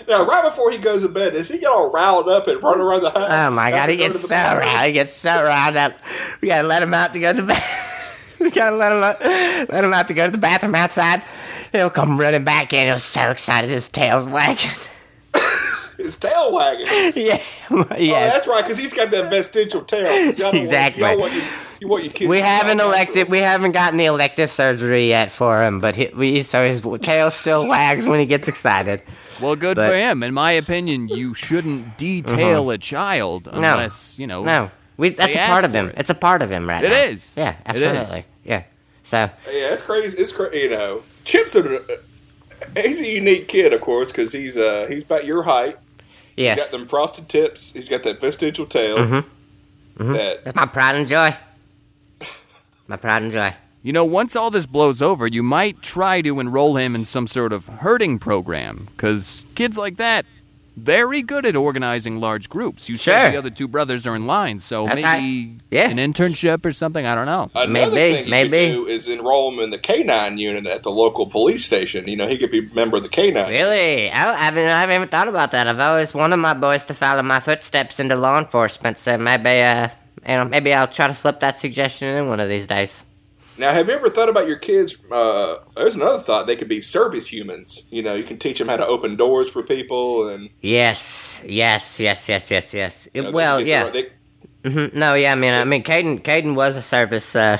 Speaker 1: now, right before he goes to bed, does he get all riled up and run around the house?
Speaker 3: oh my God,
Speaker 1: After
Speaker 3: he
Speaker 1: going
Speaker 3: gets
Speaker 1: to
Speaker 3: so
Speaker 1: the bathroom?
Speaker 3: riled. He gets so riled up. We gotta let him out to go to the bed. we gotta let him, out, let him out to go to the bathroom outside. He'll come running back in. He's so excited. His tail's wagging.
Speaker 1: His tail wagging.
Speaker 3: yeah.
Speaker 1: Oh,
Speaker 3: yes.
Speaker 1: that's right, because he's got that vestigial tail. See, I don't
Speaker 3: Exactly.
Speaker 1: Want, y'all want your, you want your kids
Speaker 3: We
Speaker 1: to be
Speaker 3: haven't
Speaker 1: all
Speaker 3: elected.
Speaker 1: natural.
Speaker 3: We haven't gotten the elective surgery yet for him, but he, we, so his tail still wags when he gets excited.
Speaker 2: Well, good
Speaker 3: But- Uh-huh.
Speaker 2: for him. In my opinion, you shouldn't detail a child unless you know.
Speaker 3: No, we, that's
Speaker 2: They
Speaker 3: a part
Speaker 2: asked
Speaker 3: of him.
Speaker 2: for it.
Speaker 3: It's a part of him right
Speaker 2: It
Speaker 3: now.
Speaker 2: is.
Speaker 3: Yeah,
Speaker 2: It
Speaker 3: absolutely.
Speaker 2: is.
Speaker 3: Yeah. So
Speaker 1: Yeah, it's crazy. It's crazy. You know, Chip's a uh, he's a unique kid, of course, because he's uh he's about your height. He's
Speaker 3: yes, Mm-hmm.
Speaker 1: got them frosted tips. He's got that vestigial tail. That
Speaker 3: that's my pride and joy. My pride and joy.
Speaker 2: You know, once all this blows over, you might try to enroll him in some sort of herding program, because kids like that, very good at organizing large groups. You
Speaker 3: Sure.
Speaker 2: said the other two brothers are in line, so
Speaker 3: That's
Speaker 2: maybe
Speaker 3: right. Yeah.
Speaker 2: an internship or something. I don't know.
Speaker 1: another
Speaker 3: Maybe,
Speaker 1: thing you
Speaker 3: maybe.
Speaker 1: could do is enroll him in the canine unit at the local police station. You know, he could be a member of the canine.
Speaker 3: Really? I, I haven't. I haven't even thought about that. I've always wanted my boys to follow my footsteps into law enforcement. So maybe, uh, you know, maybe I'll try to slip that suggestion in one of these days.
Speaker 1: Now, have you ever thought about your kids? Uh, there's another thought. They could be service humans. You know, you can teach them how to open doors for people and.
Speaker 3: Yes, yes, yes, yes, yes, yes. It-
Speaker 1: you know,
Speaker 3: well,
Speaker 1: they- they-
Speaker 3: yeah.
Speaker 1: they-
Speaker 3: Mhm. No, yeah. I mean, I mean, Caden, Caden was a service, uh,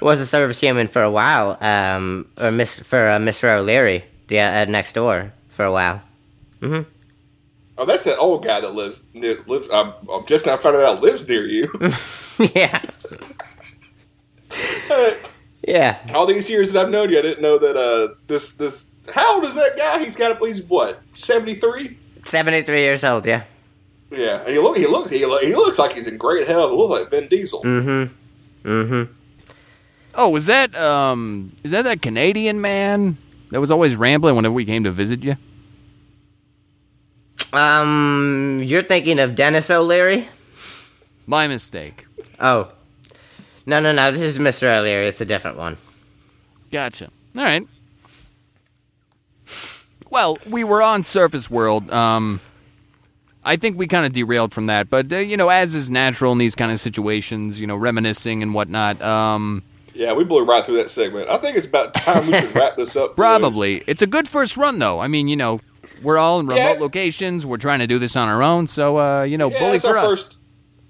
Speaker 3: was a service human for a while. Um, or Miss for uh, Mr. O'Leary, the uh, next door for a while.
Speaker 1: oh, that's that old guy that lives near, lives. I'm, I'm just now finding out lives near you.
Speaker 3: yeah, yeah.
Speaker 1: All these years that I've known you, I didn't know that. Uh, this this. How old is that guy? He's got to. He's what? Seventy three.
Speaker 3: Seventy-three years old. Yeah.
Speaker 1: Yeah, and he look. He looks. He, look, he looks like he's in great health. He looks like Vin Diesel.
Speaker 3: Mm.
Speaker 2: Oh, is that um is that that Canadian man that was always rambling whenever we came to visit you?
Speaker 3: Um, you're thinking of Dennis O'Leary?
Speaker 2: My mistake.
Speaker 3: Oh, no, no, no. This is Mr. O'Leary. It's a different one.
Speaker 2: Gotcha. All right. Well, we were on Surface World. Um, I think we kind of derailed from that, but uh, you know, as is natural in these kind of situations, you know, reminiscing and whatnot. Um,
Speaker 1: Yeah, we blew right through that segment. I think it's about time we should wrap this up. boys.
Speaker 2: probably it's a good first run, though. I mean, you know, we're all in remote
Speaker 1: Yeah.
Speaker 2: locations. We're trying to do this on our own, so uh, you know,
Speaker 1: Yeah,
Speaker 2: bully
Speaker 1: that's
Speaker 2: for
Speaker 1: our
Speaker 2: us.
Speaker 1: first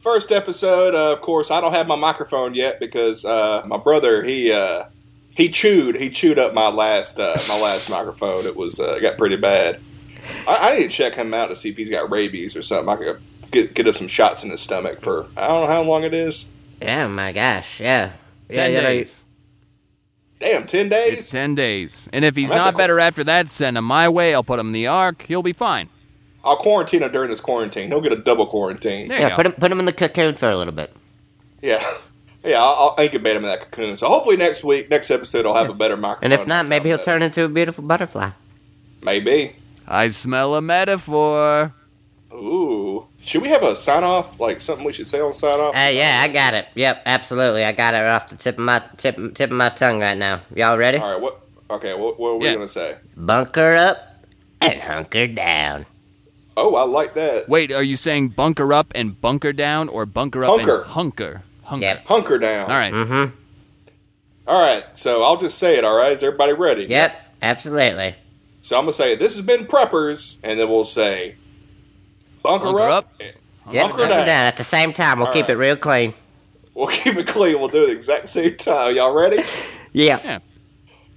Speaker 1: first episode. Uh, of course, I don't have my microphone yet because uh, my brother he uh, he chewed he chewed up my last uh, my last microphone. It was uh, it got pretty bad. I, I need to check him out to see if he's got rabies or something. I could get get up some shots in his stomach for I don't know how long it is.
Speaker 3: Yeah, Oh my gosh. Yeah. Yeah,
Speaker 2: Ten
Speaker 3: yeah, like-
Speaker 2: days.
Speaker 1: Damn, ten days.
Speaker 2: It's ten days, and if he's
Speaker 1: I'm at
Speaker 2: not
Speaker 1: the-
Speaker 2: better after that, send him my way. I'll put him in the ark. He'll be fine.
Speaker 1: I'll quarantine him during this quarantine. He'll get a double quarantine.
Speaker 2: There you
Speaker 3: Yeah,
Speaker 2: go.
Speaker 3: put him, put him in the cocoon for a little bit.
Speaker 1: Yeah. Yeah, I'll, I'll incubate him in that cocoon. So hopefully next week, next episode, I'll have a better microphone.
Speaker 3: And if not, maybe he'll
Speaker 1: Sound
Speaker 3: turn into a beautiful butterfly.
Speaker 1: better. Maybe.
Speaker 2: I smell a metaphor.
Speaker 1: Ooh. Should we have a sign off? Like something we should say on sign off?
Speaker 3: Uh, yeah, I got it. Yep, absolutely. I got it off the tip of my tip tip of my tongue right now. Y'all ready?
Speaker 1: All right. What? Okay. What, what are we
Speaker 2: Yeah.
Speaker 1: gonna say?
Speaker 3: Bunker up and hunker down.
Speaker 1: Oh, I like that.
Speaker 2: Wait, are you saying bunker up and bunker down, or bunker up
Speaker 1: Hunker.
Speaker 2: and hunker? Hunker.
Speaker 3: Yep. Mm-hmm.
Speaker 1: Hunker down.
Speaker 2: All right.
Speaker 1: All right. So I'll just say it. All right. Is everybody ready?
Speaker 3: Yep, absolutely.
Speaker 1: So I'm gonna say this has been preppers, and then we'll say bunker,
Speaker 2: Bunker
Speaker 1: up.
Speaker 3: Yep,
Speaker 1: Hunker
Speaker 3: hunker
Speaker 1: down.
Speaker 3: down. at the same time. We'll
Speaker 1: All
Speaker 3: keep
Speaker 1: right.
Speaker 3: it real clean.
Speaker 1: We'll keep it clean. We'll do it the exact same time. Y'all ready?
Speaker 3: Yep.
Speaker 2: Yeah.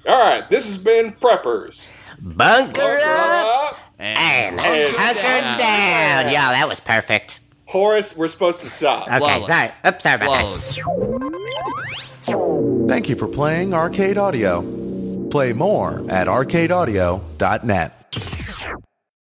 Speaker 1: All right. This has been preppers.
Speaker 3: Bunker,
Speaker 1: Bunker
Speaker 3: up,
Speaker 1: up.
Speaker 3: and
Speaker 1: and
Speaker 3: hunker
Speaker 2: hunker
Speaker 3: down. Y'all, that was perfect.
Speaker 1: Horace, we're supposed to stop.
Speaker 3: Okay,
Speaker 2: Flawless.
Speaker 3: sorry. Oops, sorry about that.
Speaker 2: Close.
Speaker 4: Thank you for playing Arcade Audio. Play more at arcadeaudio.net.